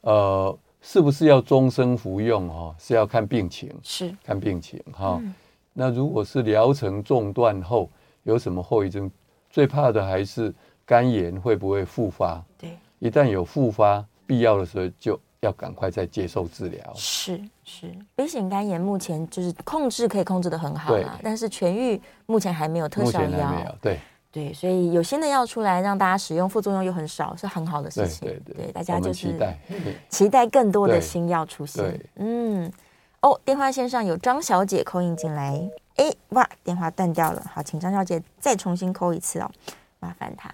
[SPEAKER 3] 呃，是不是要终生服用哦？是要看病情，
[SPEAKER 2] 是
[SPEAKER 3] 看病情哈、
[SPEAKER 2] 嗯
[SPEAKER 3] 那如果是疗程中断后有什么后遗症，最怕的还是肝炎会不会复发？
[SPEAKER 2] 对
[SPEAKER 3] 一旦有复发，必要的时候就要赶快再接受治疗。
[SPEAKER 2] 是是，B 型肝炎目前就是控制可以控制的很好
[SPEAKER 3] 对
[SPEAKER 2] 啦，但是痊愈目前还没有特
[SPEAKER 3] 目
[SPEAKER 2] 效
[SPEAKER 3] 前还没
[SPEAKER 2] 药
[SPEAKER 3] 有，，对
[SPEAKER 2] 对，所以有新的药出来让大家使用，副作用又很少，是很好的事
[SPEAKER 3] 对
[SPEAKER 2] 情。
[SPEAKER 3] 对对，
[SPEAKER 2] 大家
[SPEAKER 3] 我们
[SPEAKER 2] 就是
[SPEAKER 3] 期 待。嘿
[SPEAKER 2] 期待更多的
[SPEAKER 3] 对
[SPEAKER 2] 新药出现
[SPEAKER 3] 对。
[SPEAKER 2] 嗯，哦，电话线上有张小姐扣印进来，哎、哇，电话断掉了，好，请张小姐再重新扣一次哦，麻烦她。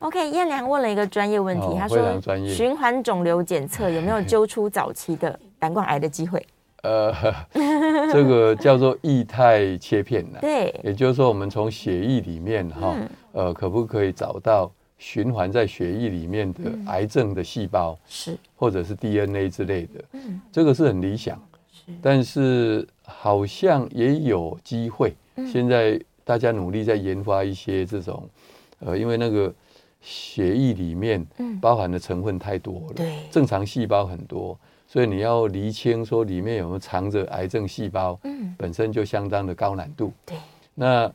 [SPEAKER 2] OK，燕良问了一个专业问题，
[SPEAKER 3] 哦
[SPEAKER 2] 她
[SPEAKER 3] 非常专
[SPEAKER 2] 说
[SPEAKER 3] 业
[SPEAKER 2] 循环肿瘤检测有没有揪出早期的胆管癌的机会？
[SPEAKER 3] 呃， 这个叫做液态切片呐、
[SPEAKER 2] 对，
[SPEAKER 3] 也就是说，我们从血液里面哈、
[SPEAKER 2] 嗯
[SPEAKER 3] 呃，可不可以找到循环在血液里面的
[SPEAKER 2] 嗯
[SPEAKER 3] 癌症的细胞，
[SPEAKER 2] 是，
[SPEAKER 3] 或者是 DNA 之类的？
[SPEAKER 2] 嗯，
[SPEAKER 3] 这个是很理想，
[SPEAKER 2] 是，
[SPEAKER 3] 但是好像也有机会。
[SPEAKER 2] 嗯
[SPEAKER 3] 现在大家努力在研发一些这种，呃，因为那个血液里面
[SPEAKER 2] 嗯
[SPEAKER 3] 包含的成分太多了，
[SPEAKER 2] 对
[SPEAKER 3] 正常细胞很多，所以你要厘清说里面有没有藏着癌症细胞，
[SPEAKER 2] 嗯，
[SPEAKER 3] 本身就相当的高难度。
[SPEAKER 2] 对，
[SPEAKER 3] 那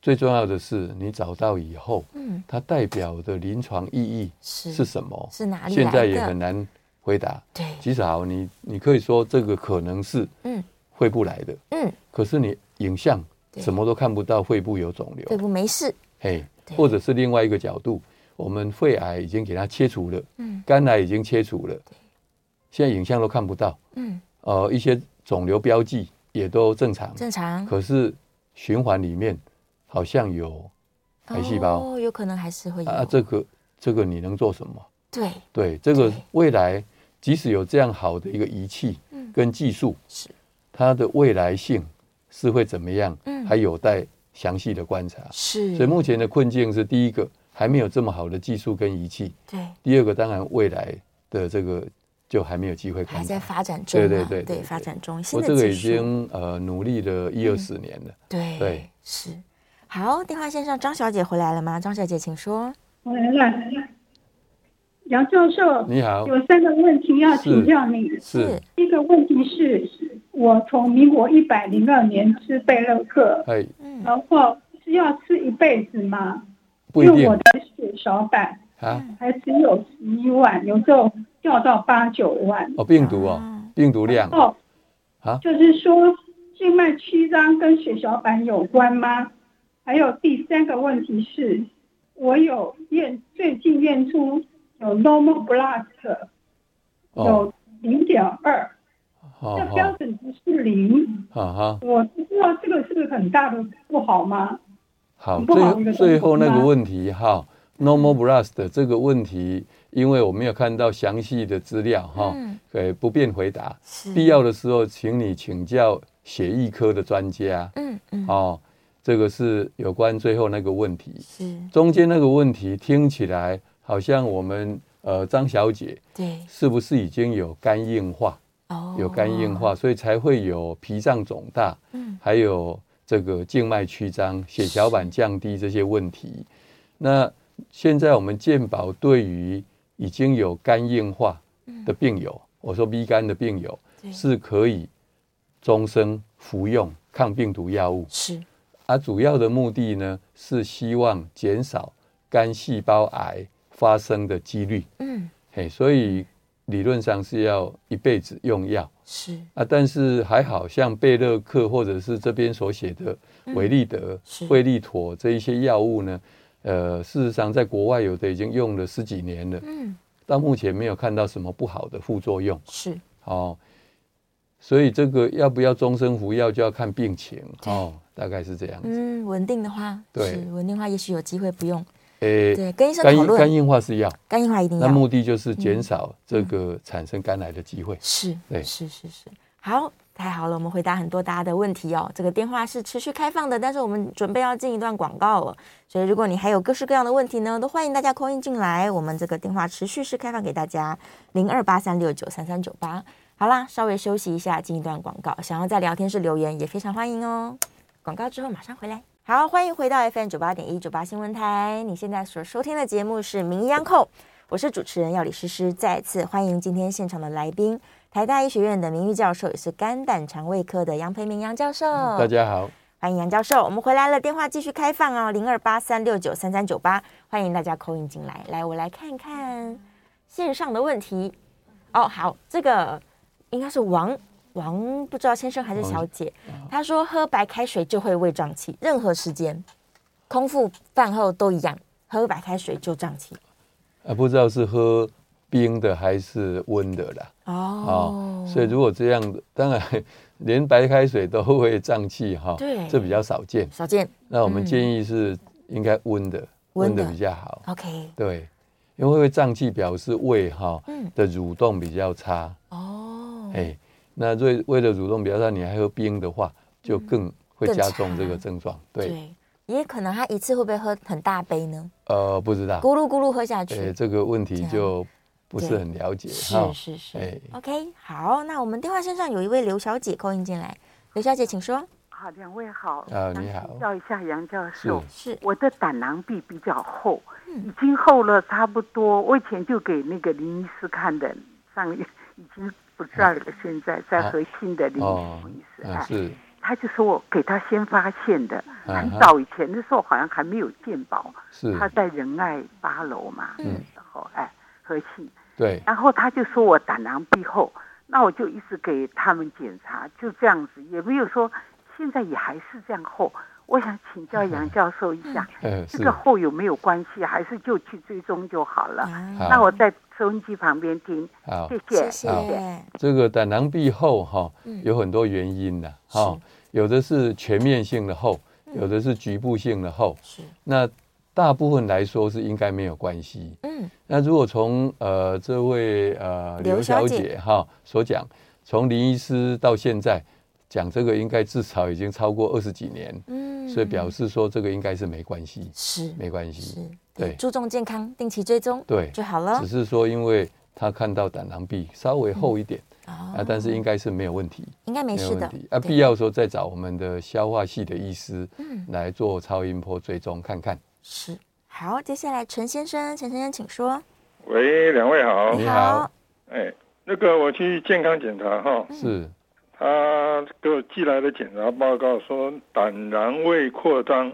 [SPEAKER 3] 最重要的是，你找到以后，
[SPEAKER 2] 嗯，
[SPEAKER 3] 它代表的临床意义
[SPEAKER 2] 是
[SPEAKER 3] 是什么？
[SPEAKER 2] 是哪里来的？
[SPEAKER 3] 现在也很难回答。
[SPEAKER 2] 对，
[SPEAKER 3] 其实好，你你可以说这个可能是
[SPEAKER 2] 嗯
[SPEAKER 3] 肺部来的，
[SPEAKER 2] 嗯，
[SPEAKER 3] 可是你影像
[SPEAKER 2] 对
[SPEAKER 3] 什么都看不到，肺部有肿
[SPEAKER 2] 肺
[SPEAKER 3] 瘤，
[SPEAKER 2] 部没事，
[SPEAKER 3] 嘿
[SPEAKER 2] 对，
[SPEAKER 3] 或者是另外一个角度，我们肺癌已经给它切除了，
[SPEAKER 2] 嗯
[SPEAKER 3] 肝癌已经切除了，现在影像都看不到，
[SPEAKER 2] 嗯，
[SPEAKER 3] 呃，一些肿瘤标记也都正常，
[SPEAKER 2] 正常。
[SPEAKER 3] 可是循环里面好像有癌细胞、
[SPEAKER 2] 哦，有可能还是哦会有。
[SPEAKER 3] 啊，这个这个你能做什么？
[SPEAKER 2] 对
[SPEAKER 3] 对，这个
[SPEAKER 2] 对
[SPEAKER 3] 未来即使有这样好的一个仪器
[SPEAKER 2] 嗯
[SPEAKER 3] 跟技术，
[SPEAKER 2] 是
[SPEAKER 3] 它的未来性是会怎么样
[SPEAKER 2] 嗯，
[SPEAKER 3] 还有待详细的观察。
[SPEAKER 2] 是，
[SPEAKER 3] 所以目前的困境是，第一个还没有这么好的技术跟仪器，
[SPEAKER 2] 对
[SPEAKER 3] 第二个当然未来的这个就还没有机会
[SPEAKER 2] 还
[SPEAKER 3] 观
[SPEAKER 2] 在
[SPEAKER 3] 察。
[SPEAKER 2] 发展中嘛，
[SPEAKER 3] 啊对对对对对
[SPEAKER 2] 发展中新
[SPEAKER 3] 我
[SPEAKER 2] 的
[SPEAKER 3] 这个
[SPEAKER 2] 技
[SPEAKER 3] 已
[SPEAKER 2] 术，
[SPEAKER 3] 经呃努力了一二十年了，
[SPEAKER 2] 对
[SPEAKER 3] 对
[SPEAKER 2] 是。好，电话线上张小姐回来了吗？张小姐，请说。
[SPEAKER 7] 我来了，杨教授，
[SPEAKER 2] 嗯
[SPEAKER 3] 你好，
[SPEAKER 7] 有三个问题要请教你。
[SPEAKER 3] 是，
[SPEAKER 7] 第一个问题是，我从民国一百零二年吃贝乐克，
[SPEAKER 3] 哎，
[SPEAKER 2] 嗯，
[SPEAKER 7] 然后是要吃一辈子吗？
[SPEAKER 3] 不一
[SPEAKER 7] 因为
[SPEAKER 3] 定
[SPEAKER 7] 我的血小板
[SPEAKER 3] 啊，
[SPEAKER 7] 还只有十一万，有时候掉到八九万。
[SPEAKER 3] 哦，病毒哦
[SPEAKER 2] 啊，
[SPEAKER 3] 病毒量哦
[SPEAKER 7] 哦，
[SPEAKER 3] 啊
[SPEAKER 7] 就是说静脉曲张跟血小板有关吗？还有第三个问题是，我有验最近验出有 normal blood
[SPEAKER 3] 哦
[SPEAKER 7] 有零点二，这标
[SPEAKER 3] 哦
[SPEAKER 7] 准值是零，
[SPEAKER 3] 哦，啊哈。
[SPEAKER 7] 我不知道这个是很大的不好吗？
[SPEAKER 3] 好，
[SPEAKER 7] 很不好的
[SPEAKER 3] 最
[SPEAKER 7] 一个
[SPEAKER 3] 最后那
[SPEAKER 7] 东西
[SPEAKER 3] 个
[SPEAKER 7] 吗
[SPEAKER 3] 问题哈，normal blast 的这个问题，因为我没有看到详细的资料哈，
[SPEAKER 2] 嗯
[SPEAKER 3] 呃，不便回答。
[SPEAKER 7] 嗯
[SPEAKER 2] 是
[SPEAKER 3] 必要的时候，请你请教血液科的专家
[SPEAKER 2] 嗯嗯，
[SPEAKER 3] 哦。这个是有关最后那个问题，
[SPEAKER 2] 是，
[SPEAKER 3] 中间那个问题听起来好像我们呃张小姐
[SPEAKER 2] 对，
[SPEAKER 3] 是不是已经有肝硬化，
[SPEAKER 2] 哦，
[SPEAKER 3] 有肝硬，化，所以才会有脾脏肿大，
[SPEAKER 2] 嗯，
[SPEAKER 3] 还有这个静脉曲张、血小板降低这些问题。那现在我们健保对于已经有肝硬化的病友，
[SPEAKER 2] 嗯
[SPEAKER 3] 我说 B 肝的病友
[SPEAKER 2] 对
[SPEAKER 3] 是可以终生服用抗病毒药物，
[SPEAKER 2] 是，
[SPEAKER 3] 而、主要的目的呢是希望减少肝细胞癌发生的几率。
[SPEAKER 2] 嗯，
[SPEAKER 3] 嘿，所以理论上是要一辈子用药
[SPEAKER 2] 是
[SPEAKER 3] 啊，但是还好像贝勒克或者是这边所写的维利德
[SPEAKER 2] 嗯是、
[SPEAKER 3] 惠利妥这一些药物呢，呃，事实上在国外有的已经用了十几年了，
[SPEAKER 2] 嗯
[SPEAKER 3] 到目前没有看到什么不好的副作用
[SPEAKER 2] 是
[SPEAKER 3] 哦。所以这个要不要终身服药就要看病情哦，大概是这样子。
[SPEAKER 2] 嗯稳定的话
[SPEAKER 3] 对
[SPEAKER 2] 是稳定的话也许有机会不用
[SPEAKER 3] 诶、
[SPEAKER 2] 对跟医生
[SPEAKER 3] 肝
[SPEAKER 2] 讨
[SPEAKER 3] 硬肝
[SPEAKER 2] 论嗯
[SPEAKER 3] 硬化是药，
[SPEAKER 2] 肝硬化一定
[SPEAKER 3] 那
[SPEAKER 2] 要
[SPEAKER 3] 目的就是减少这个产生肝癌的机会。
[SPEAKER 2] 是，
[SPEAKER 3] 对
[SPEAKER 2] 是是是，好，太好了，我们回答很多大家的问题哦。这个电话是持续开放的，但是我们准备要进一段广告了，所以如果你还有各式各样的问题呢，都欢迎大家 call in 进来，我们这个电话持续是开放给大家，零二八三六九三三九八。好啦，稍微休息一下，进一段广告。想要在聊天室留言也非常欢迎哦。广告之后马上回来。好，欢迎回到 FM 九八点一九八新闻台。你现在所收听的节目是《名医央叩》，我是主持人药理诗诗。再次欢迎今天现场的来宾，台大医学院的名誉教授，也是肝胆肠胃科的杨培明杨教授。
[SPEAKER 3] 嗯大家好，
[SPEAKER 2] 欢迎杨教授，我们回来了，电话继续开放哦，零二八三六九三三九八，欢迎大家扣音进来。来，我来看看线上的问题。哦，好，这个应该是王王不知道先生还是小姐，他说喝白开水就会胃胀气，任何时间，空腹饭后都一样，喝白开水就胀气。
[SPEAKER 3] 啊，不知道是喝冰的还是温的啦。
[SPEAKER 2] 哦
[SPEAKER 3] 哦，，所以如果这样，当然连白开水都会胀气哈，
[SPEAKER 2] 对
[SPEAKER 3] 这比较少见。
[SPEAKER 2] 少见
[SPEAKER 3] 那我
[SPEAKER 2] 嗯
[SPEAKER 3] 们建议是应该温的，
[SPEAKER 2] 温
[SPEAKER 3] 温的
[SPEAKER 2] 的
[SPEAKER 3] 比较好。
[SPEAKER 2] ，OK，
[SPEAKER 3] 对，因为会胀气表示胃哈
[SPEAKER 2] 嗯
[SPEAKER 3] 的蠕动比较差，
[SPEAKER 2] 哦，
[SPEAKER 3] 哎，那胃胃的蠕动比较差，你还喝冰的话，就更会
[SPEAKER 2] 更
[SPEAKER 3] 加重
[SPEAKER 2] 差
[SPEAKER 3] 这个症状。对，
[SPEAKER 2] 对，也可能他一次会不会喝很大杯呢？
[SPEAKER 3] 呃，不知道，
[SPEAKER 2] 咕噜咕噜喝下去，
[SPEAKER 3] 哎，这个问题
[SPEAKER 2] 样
[SPEAKER 3] 就不是
[SPEAKER 2] 对
[SPEAKER 3] 很了解
[SPEAKER 2] 是是是、
[SPEAKER 3] 哎
[SPEAKER 2] o k 好，那我们电话线上有一位刘小姐扣音进来，刘小姐请说。
[SPEAKER 4] 好，两位好，
[SPEAKER 3] 啊，
[SPEAKER 4] 想
[SPEAKER 3] 你好
[SPEAKER 4] 请，教一下杨教
[SPEAKER 3] 是嗯
[SPEAKER 4] 授，
[SPEAKER 2] 是
[SPEAKER 4] 我的胆囊壁比较厚，已经厚了差不多。我以前就给那个林医师看的，上已经不在了，现在在
[SPEAKER 3] 嗯啊
[SPEAKER 4] 和新的林
[SPEAKER 3] 哦
[SPEAKER 4] 医师，
[SPEAKER 3] 啊
[SPEAKER 4] 哎，
[SPEAKER 3] 是，
[SPEAKER 4] 他就说我给他先发现的，
[SPEAKER 3] 啊
[SPEAKER 4] 很
[SPEAKER 3] 哈
[SPEAKER 4] 早以前的时候好像还没有健保，
[SPEAKER 3] 是，
[SPEAKER 4] 他在仁爱八楼嘛，
[SPEAKER 3] 嗯，
[SPEAKER 4] 然后哎和信，
[SPEAKER 3] 对，
[SPEAKER 4] 然后他就说我胆囊壁厚，那我就一直给他们检查，就这样子，也没有说现在也还是这样厚。我想请教杨教授一下，
[SPEAKER 3] 呃，
[SPEAKER 4] 这
[SPEAKER 3] 是
[SPEAKER 4] 个，厚有没有关系？还是就去追踪就好了？
[SPEAKER 2] 啊，
[SPEAKER 3] 好
[SPEAKER 4] 那我在收音机旁边听，
[SPEAKER 3] 好
[SPEAKER 2] 谢
[SPEAKER 4] 谢，谢。
[SPEAKER 2] 谢，
[SPEAKER 3] 这个胆囊壁厚哈
[SPEAKER 2] 嗯，
[SPEAKER 3] 有很多原因的
[SPEAKER 2] 是
[SPEAKER 3] 哈，有的是全面性的厚，有的是局部性的厚。
[SPEAKER 2] 是，
[SPEAKER 3] 那大部分来说是应该没有关系。
[SPEAKER 2] 嗯，
[SPEAKER 3] 那如果从呃这位呃
[SPEAKER 2] 刘
[SPEAKER 3] 刘小
[SPEAKER 2] 小姐
[SPEAKER 3] 姐哈所讲，从林医师到现在讲这个，应该至少已经超过二十几年，
[SPEAKER 2] 嗯，
[SPEAKER 3] 所以表示说这个应该是没关系，
[SPEAKER 2] 是
[SPEAKER 3] 没关系。
[SPEAKER 2] 是，
[SPEAKER 3] 对
[SPEAKER 2] 注重健康，定期追踪，
[SPEAKER 3] 对
[SPEAKER 2] 就好了
[SPEAKER 3] 只。是说因为他看到胆囊壁稍微厚一点、
[SPEAKER 2] 啊
[SPEAKER 3] 啊，但是应该是没有问题。
[SPEAKER 2] 应该没
[SPEAKER 3] 没有
[SPEAKER 2] 事
[SPEAKER 3] 问
[SPEAKER 2] 的
[SPEAKER 3] 题，啊，
[SPEAKER 2] 对
[SPEAKER 3] 必要的时候再找我们的消化系的医师
[SPEAKER 2] 嗯
[SPEAKER 3] 来做超音波追踪看看。
[SPEAKER 2] 是。好，接下来陈先生，陈先生请说。
[SPEAKER 8] 喂，两位好。
[SPEAKER 3] 你好，哦
[SPEAKER 8] 哎，那个我去健康检查哈，
[SPEAKER 2] 嗯
[SPEAKER 3] 是
[SPEAKER 8] 他给我寄来的检查报告说胆囊胃扩
[SPEAKER 3] 哦
[SPEAKER 8] 张，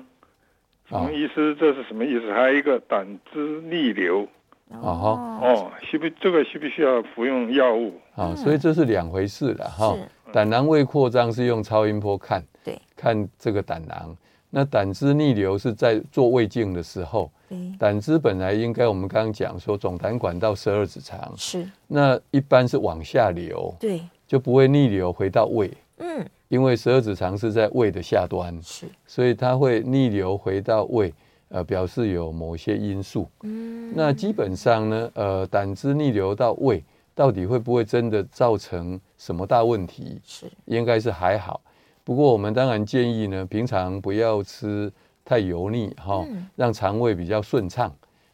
[SPEAKER 8] 请
[SPEAKER 3] 啊
[SPEAKER 8] 问医师这是什么意思？还有一个胆汁逆流
[SPEAKER 3] 哦
[SPEAKER 8] 哦，需不这个需不需要服用药物？
[SPEAKER 3] 啊，所以这是两回事了哈
[SPEAKER 2] 嗯是。
[SPEAKER 3] 胆囊胃扩张是用超音波看，
[SPEAKER 2] 对，
[SPEAKER 3] 看这个胆囊。那胆汁逆流是在做胃镜的时候，
[SPEAKER 2] 对，
[SPEAKER 3] 胆汁本来应该我们刚刚讲说总胆管到十二指肠，
[SPEAKER 2] 是，
[SPEAKER 3] 那一般是往下流，
[SPEAKER 2] 对，
[SPEAKER 3] 就不会逆流回到胃，
[SPEAKER 2] 嗯，
[SPEAKER 3] 因为十二指肠是在胃的下端，
[SPEAKER 2] 是，
[SPEAKER 3] 所以它会逆流回到胃，呃，表示有某些因素。
[SPEAKER 2] 嗯，
[SPEAKER 3] 那基本上呢，呃，胆汁逆流到胃，到底会不会真的造成什么大问题？
[SPEAKER 2] 是，
[SPEAKER 3] 应该是还好。不过我们当然建议呢，平常不要吃太油腻哈、
[SPEAKER 2] 嗯
[SPEAKER 3] 让肠胃比较顺畅，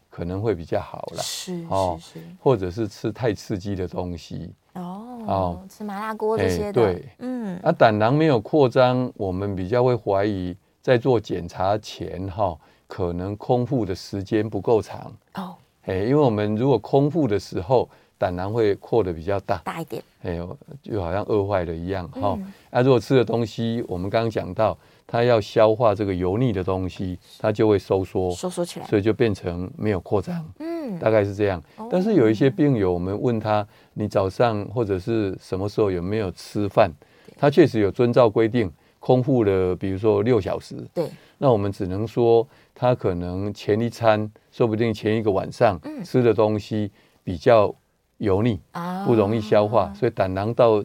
[SPEAKER 3] 可能会比较好啦。
[SPEAKER 2] 是，
[SPEAKER 3] 哦
[SPEAKER 2] 是，是，
[SPEAKER 3] 或者是吃太刺激的东西。
[SPEAKER 2] 哦
[SPEAKER 3] 哦，
[SPEAKER 2] 吃麻辣锅这
[SPEAKER 3] 哎
[SPEAKER 2] 些的，
[SPEAKER 3] 对
[SPEAKER 2] 嗯，
[SPEAKER 3] 啊，胆囊没有扩张，我们比较会怀疑，在做检查前哈、可能空腹的时间不够长。
[SPEAKER 2] 哦，
[SPEAKER 3] 哎，因为我们如果空腹的时候，胆囊会扩得比较大，
[SPEAKER 2] 大一点，
[SPEAKER 3] 哎呦，就好像饿坏了一样哈。那、
[SPEAKER 2] 嗯
[SPEAKER 3] 如果吃的东西，我们刚刚讲到，它要消化这个油腻的东西，它就会收缩，
[SPEAKER 2] 收缩起来。
[SPEAKER 3] 所以就变成没有扩张，
[SPEAKER 2] 嗯，
[SPEAKER 3] 大概是这样。但是有一些病友，我们问他，你早上或者是什么时候有没有吃饭？他确实有遵照规定空腹了，比如说六小时，
[SPEAKER 2] 对，
[SPEAKER 3] 那我们只能说他可能前一餐，说不定前一个晚上
[SPEAKER 2] 嗯
[SPEAKER 3] 吃的东西比较油腻，
[SPEAKER 2] 啊
[SPEAKER 3] 不容易消化，所以胆囊到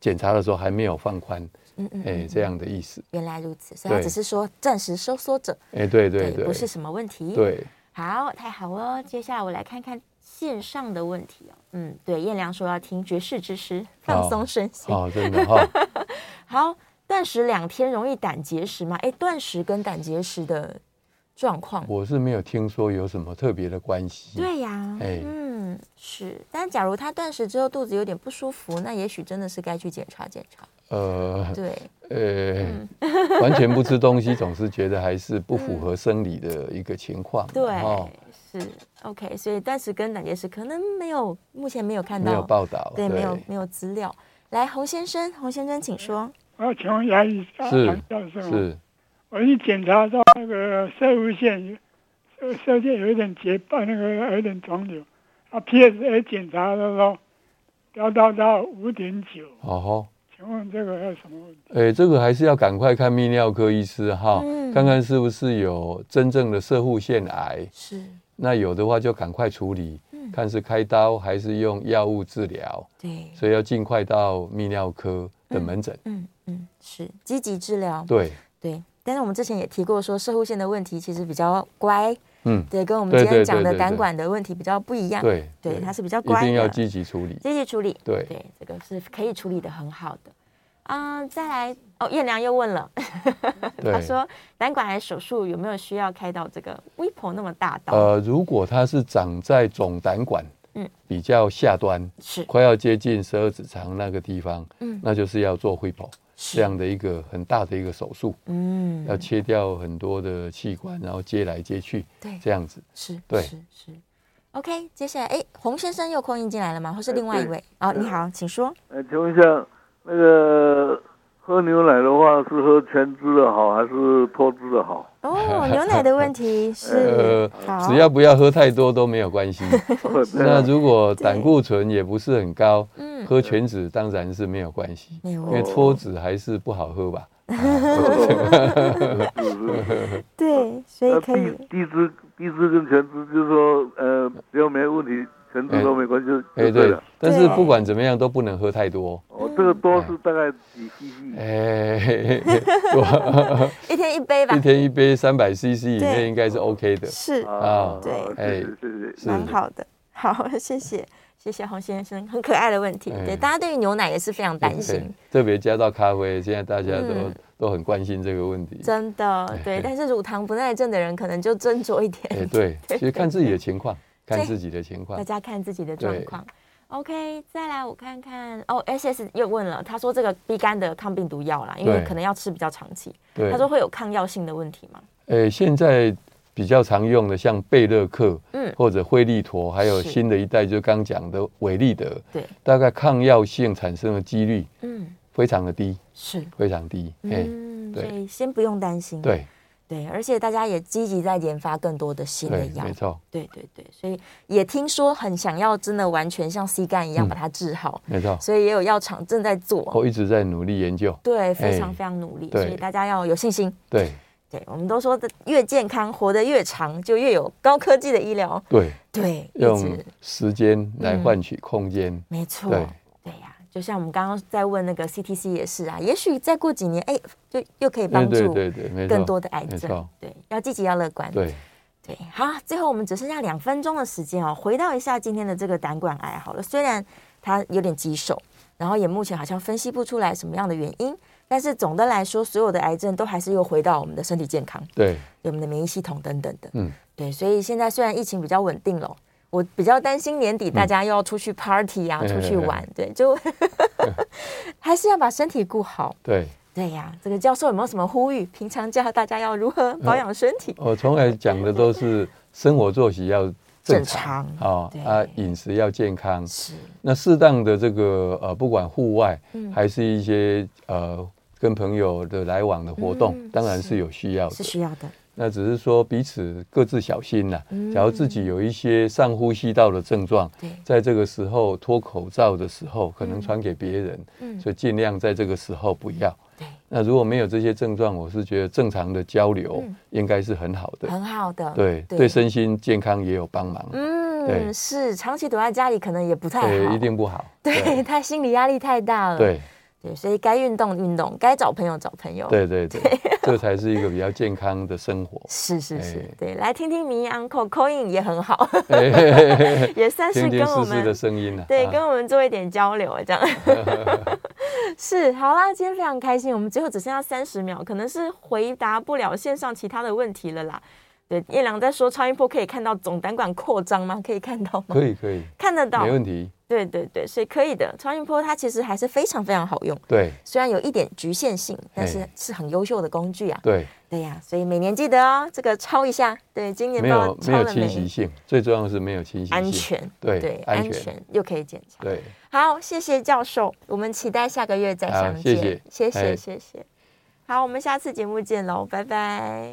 [SPEAKER 3] 检查的时候还没有放宽，
[SPEAKER 2] 嗯嗯，
[SPEAKER 3] 哎，
[SPEAKER 2] 嗯
[SPEAKER 3] 这样的意思。
[SPEAKER 2] 原来如此，所以他
[SPEAKER 3] 对
[SPEAKER 2] 只是说暂时收缩着，
[SPEAKER 3] 哎，对对对，
[SPEAKER 2] 嗯不是什么问题。，
[SPEAKER 3] 对，
[SPEAKER 2] 好，太好哦。接下来我来看看线上的问题哦。嗯，对，燕良说要听爵士之诗，放松身心。
[SPEAKER 3] 哦，真的哈，
[SPEAKER 2] 好，断食两天容易胆结石吗？哎，断食跟胆结石的状况，
[SPEAKER 3] 我是没有听说有什么特别的关系。
[SPEAKER 2] 对呀、
[SPEAKER 3] 哎
[SPEAKER 2] 嗯，是。但假如他断食之后肚子有点不舒服，那也许真的是该去检查检查。
[SPEAKER 3] 呃，
[SPEAKER 2] 对，嗯
[SPEAKER 3] 呃，完全不吃东 西，总是觉得还是不符合生理的一个情况。
[SPEAKER 2] 对，
[SPEAKER 3] 哦，
[SPEAKER 2] 是 OK。所以断食跟胆结石可能没有，目前没有看到，
[SPEAKER 3] 没有报道，
[SPEAKER 2] 对，没有没有资料。来，洪先生，洪先生，请说。
[SPEAKER 9] 我请问牙医啊
[SPEAKER 3] 是
[SPEAKER 9] 杨教授，
[SPEAKER 3] 是
[SPEAKER 9] 我一检查到那个射物线，射射线有一点结疤，那个有点肿瘤，啊，PSA 检查的时候飙到到五点九，
[SPEAKER 3] 哦吼。
[SPEAKER 9] 请问这个要什么问题？
[SPEAKER 3] 哎，这个还是要赶快看泌尿科医师哈，
[SPEAKER 2] 嗯
[SPEAKER 3] 看看是不是有真正的射护腺癌。
[SPEAKER 2] 是，
[SPEAKER 3] 那有的话就赶快处理，
[SPEAKER 2] 嗯
[SPEAKER 3] 看是开刀还是用药物治疗，
[SPEAKER 2] 对，
[SPEAKER 3] 所以要尽快到泌尿科的门诊。
[SPEAKER 2] 嗯嗯，是积极治疗。
[SPEAKER 3] 对，
[SPEAKER 2] 对，但是我们之前也提过，说射护线的问题其实比较乖，
[SPEAKER 3] 嗯，
[SPEAKER 2] 对，跟我们
[SPEAKER 3] 对
[SPEAKER 2] 今天
[SPEAKER 3] 对
[SPEAKER 2] 讲
[SPEAKER 3] 对
[SPEAKER 2] 的
[SPEAKER 3] 对
[SPEAKER 2] 胆
[SPEAKER 3] 对
[SPEAKER 2] 管的问题比较不一样。
[SPEAKER 3] 对
[SPEAKER 2] 啊对，它是比较
[SPEAKER 3] 一
[SPEAKER 2] 乖的，
[SPEAKER 3] 定要积极处理。
[SPEAKER 2] 积极处理。
[SPEAKER 3] 对
[SPEAKER 2] 对，这个是可以处理的很好的。啊、再来哦，燕良又问了，
[SPEAKER 3] 对，
[SPEAKER 2] 他说胆管癌手术有没有需要开到这个微婆那么大刀？
[SPEAKER 3] 呃，如果它是长在总胆管，
[SPEAKER 2] 嗯
[SPEAKER 3] 比较下端，
[SPEAKER 2] 是
[SPEAKER 3] 快要接近十二指肠那个地方，
[SPEAKER 2] 嗯
[SPEAKER 3] 那就是要做肺剖这
[SPEAKER 2] 是，
[SPEAKER 3] 样的一个很大的一个手术，
[SPEAKER 2] 嗯
[SPEAKER 3] 要切掉很多的器官，然后接来接去，
[SPEAKER 2] 对
[SPEAKER 3] 这样子。
[SPEAKER 2] 是，
[SPEAKER 3] 对
[SPEAKER 2] 是是。OK，接下来哎，洪先生又空印进来了吗？或是另外一
[SPEAKER 5] 对
[SPEAKER 2] 位？哦，你好，请说。
[SPEAKER 5] 呃，请问一下，那个喝牛奶的话是喝全脂的好还是脱脂 的好？
[SPEAKER 2] 哦，牛奶的问题是
[SPEAKER 3] 呃，
[SPEAKER 2] 嗯好，
[SPEAKER 3] 只要不要喝太多都没有关系。那如果胆固醇也不是很高，
[SPEAKER 2] 嗯哦
[SPEAKER 3] 喝全脂当然是没有关系，
[SPEAKER 2] 没有
[SPEAKER 3] 因
[SPEAKER 2] 问
[SPEAKER 3] 为
[SPEAKER 2] 题，
[SPEAKER 3] 脱脂还是不好喝 吧。啊
[SPEAKER 2] 对，所以可以
[SPEAKER 5] 低脂、低脂跟全脂，就是说呃，只要没问题，全脂都没关系，就
[SPEAKER 3] 哎，
[SPEAKER 5] 就对
[SPEAKER 3] 对
[SPEAKER 5] 了。，
[SPEAKER 3] 但是不管怎么样都不能喝太多。
[SPEAKER 5] 哦，这个多是大概几 cc？
[SPEAKER 3] 哎， 我
[SPEAKER 2] 一天一杯吧
[SPEAKER 3] 一，天一杯三百 CC 以
[SPEAKER 2] 对
[SPEAKER 3] 内应该是 OK 的。
[SPEAKER 2] 是
[SPEAKER 3] 啊
[SPEAKER 2] 对
[SPEAKER 5] 谢
[SPEAKER 3] 哎
[SPEAKER 5] 谢谢谢。
[SPEAKER 3] 是
[SPEAKER 2] 蛮好的。好， 谢谢谢谢洪先生，很可爱的问题。
[SPEAKER 3] 哎
[SPEAKER 2] 对，大家对于牛奶也是非常担心
[SPEAKER 3] 对，特别加到咖啡，现在大家都、
[SPEAKER 2] 嗯
[SPEAKER 3] 都很关心这个问题。
[SPEAKER 2] 真的对。但是乳糖不耐症的人可能就斟酌一
[SPEAKER 3] 哎、
[SPEAKER 2] 点，
[SPEAKER 3] 对，
[SPEAKER 2] 对
[SPEAKER 3] 其实看自己的情况，看
[SPEAKER 2] 对
[SPEAKER 3] 自己的情况
[SPEAKER 2] 大。家看自己的状
[SPEAKER 3] 对
[SPEAKER 2] 况。OK，再来我看看哦，S S 又问了，他说这个 B 肝的抗病毒药啦，因为
[SPEAKER 3] 对
[SPEAKER 2] 可能要吃比较长期，
[SPEAKER 3] 对，
[SPEAKER 2] 他说会有抗药性的问题吗？
[SPEAKER 3] 哎、现在比较常用的像贝勒克，
[SPEAKER 2] 嗯
[SPEAKER 3] 或者惠利妥，还有
[SPEAKER 2] 是
[SPEAKER 3] 新的一代就刚讲的韦利德，
[SPEAKER 2] 对，
[SPEAKER 3] 大概抗药性产生的几率
[SPEAKER 2] 嗯，
[SPEAKER 3] 非常的低，
[SPEAKER 2] 是，
[SPEAKER 3] 非常低。哎、
[SPEAKER 2] 嗯，所
[SPEAKER 3] 对
[SPEAKER 2] 以先不用担心，
[SPEAKER 3] 对
[SPEAKER 2] 对，而且大家也积极在研发更多的新的
[SPEAKER 3] 对，
[SPEAKER 2] 药
[SPEAKER 3] 没，错，
[SPEAKER 2] 对对对，所以也听说很想要真的完全像 C 肝一样
[SPEAKER 3] 嗯
[SPEAKER 2] 把它治好，
[SPEAKER 3] 没错。
[SPEAKER 2] 所以也有药厂正在做，
[SPEAKER 3] 我一直在努力研究。
[SPEAKER 2] 对，非常
[SPEAKER 3] 哎
[SPEAKER 2] 非常努力，所
[SPEAKER 3] 对
[SPEAKER 2] 以大家要有信心。
[SPEAKER 3] 对
[SPEAKER 2] 对我们都说的越健康，活得越长，就越有高科技的医疗。
[SPEAKER 3] 对，
[SPEAKER 2] 对，一
[SPEAKER 3] 用
[SPEAKER 2] 直
[SPEAKER 3] 时间来
[SPEAKER 2] 嗯
[SPEAKER 3] 换取空间。
[SPEAKER 2] 没错，
[SPEAKER 3] 对
[SPEAKER 2] 对呀、就像我们刚刚在问那个 CTC 也是啊，也许再过几年，哎，就又可以帮
[SPEAKER 3] 嗯对
[SPEAKER 2] 助
[SPEAKER 3] 对对对，没错，
[SPEAKER 2] 更多的癌
[SPEAKER 3] 没
[SPEAKER 2] 症
[SPEAKER 3] 错。
[SPEAKER 2] 对，要积极，要乐观。
[SPEAKER 3] 对，
[SPEAKER 2] 对，好，最后我们只剩下两分钟的时间哦，回到一下今天的这个胆管癌好了，虽然它有点棘手，然后也目前好像分析不出来什么样的原因，但是总的来说，所有的癌症都还是又回到我们的身体健康、
[SPEAKER 3] 对，
[SPEAKER 2] 我们的免疫系统等等的。
[SPEAKER 3] 嗯，
[SPEAKER 2] 对，所以现在虽然疫情比较稳定了。我比较担心年底大家又要出去 party 啊，
[SPEAKER 3] 嗯嘿嘿
[SPEAKER 2] 出
[SPEAKER 3] 嘿
[SPEAKER 2] 去玩，对，就 还是要把身体顾好。
[SPEAKER 3] 对。
[SPEAKER 2] 对呀、这个教授有没有什么呼吁？平常叫大家要如何保养身体？
[SPEAKER 3] 我从来讲的都是生活作息要正常
[SPEAKER 2] 正常
[SPEAKER 3] 哦
[SPEAKER 2] 对
[SPEAKER 3] 啊，饮食要健康。
[SPEAKER 2] 是，
[SPEAKER 3] 那适当的这个呃，不管户外
[SPEAKER 2] 嗯
[SPEAKER 3] 还是一些呃跟朋友的来往的活动，当然是有需要的。
[SPEAKER 2] 是需要的。
[SPEAKER 3] 那只是说彼此各自小心啦。假如自己有一些上呼吸道的症状，
[SPEAKER 2] 嗯对嗯
[SPEAKER 3] 在这个时候脱口罩的时候，可能传给别人，所以尽量在这个时候不要。那如果没有这些症状，我是觉得正常的交流应该是很好的，
[SPEAKER 2] 嗯很好的。
[SPEAKER 3] 对对，身心健康也有帮忙，
[SPEAKER 2] 嗯，
[SPEAKER 3] 对
[SPEAKER 2] 是长期躲在家里可能也不太好，
[SPEAKER 3] 对，一定不好。
[SPEAKER 2] 对嗯他心理压力太大了，
[SPEAKER 3] 对
[SPEAKER 2] 对，所以该运动运动，该找朋友找朋友，，。
[SPEAKER 3] 对对对，这才是一个比较健康的生活
[SPEAKER 2] 是是是
[SPEAKER 3] 哎，
[SPEAKER 2] 对，来听听迷 uncle call in 也很好，
[SPEAKER 3] 嘿嘿嘿嘿嘿
[SPEAKER 2] 也算是
[SPEAKER 3] 听听
[SPEAKER 2] 跟我
[SPEAKER 3] 思思的
[SPEAKER 2] 们
[SPEAKER 3] 声音呢、啊，
[SPEAKER 2] 对，跟我们做一点交流，啊 这样 是好啦。今天非常开心，我们最后只剩下三十秒，可能是回答不了线上其他的问题了啦。对，叶良在说超音波可以看到总胆管扩张吗？可以看到吗？
[SPEAKER 3] 可以可以，
[SPEAKER 2] 看得到
[SPEAKER 3] 没，问题。
[SPEAKER 2] 对对对，所以可以的。超音波它其实还是非常非常好用，
[SPEAKER 3] 对
[SPEAKER 2] 虽然有一点局限性，但是
[SPEAKER 3] 嘿
[SPEAKER 2] 是很优秀的工具啊。
[SPEAKER 3] 对，
[SPEAKER 2] 对呀、所以每年记得哦，这个抄一下。对，今年不
[SPEAKER 3] 没
[SPEAKER 2] 知道
[SPEAKER 3] 有没
[SPEAKER 2] 抄
[SPEAKER 3] 有
[SPEAKER 2] 了
[SPEAKER 3] 侵袭
[SPEAKER 2] 没？
[SPEAKER 3] 性，最重要的是没有侵袭性，
[SPEAKER 2] 安全，
[SPEAKER 3] 对安
[SPEAKER 2] 安
[SPEAKER 3] 全
[SPEAKER 2] 全又可以检查。
[SPEAKER 3] 对。
[SPEAKER 2] 好，谢谢教授，我们期待下个月再
[SPEAKER 3] 好
[SPEAKER 2] 相
[SPEAKER 3] 谢
[SPEAKER 2] 见。
[SPEAKER 3] 谢
[SPEAKER 2] 谢谢，
[SPEAKER 3] 哎
[SPEAKER 2] 谢谢。好，我们下次节目见喽，拜拜。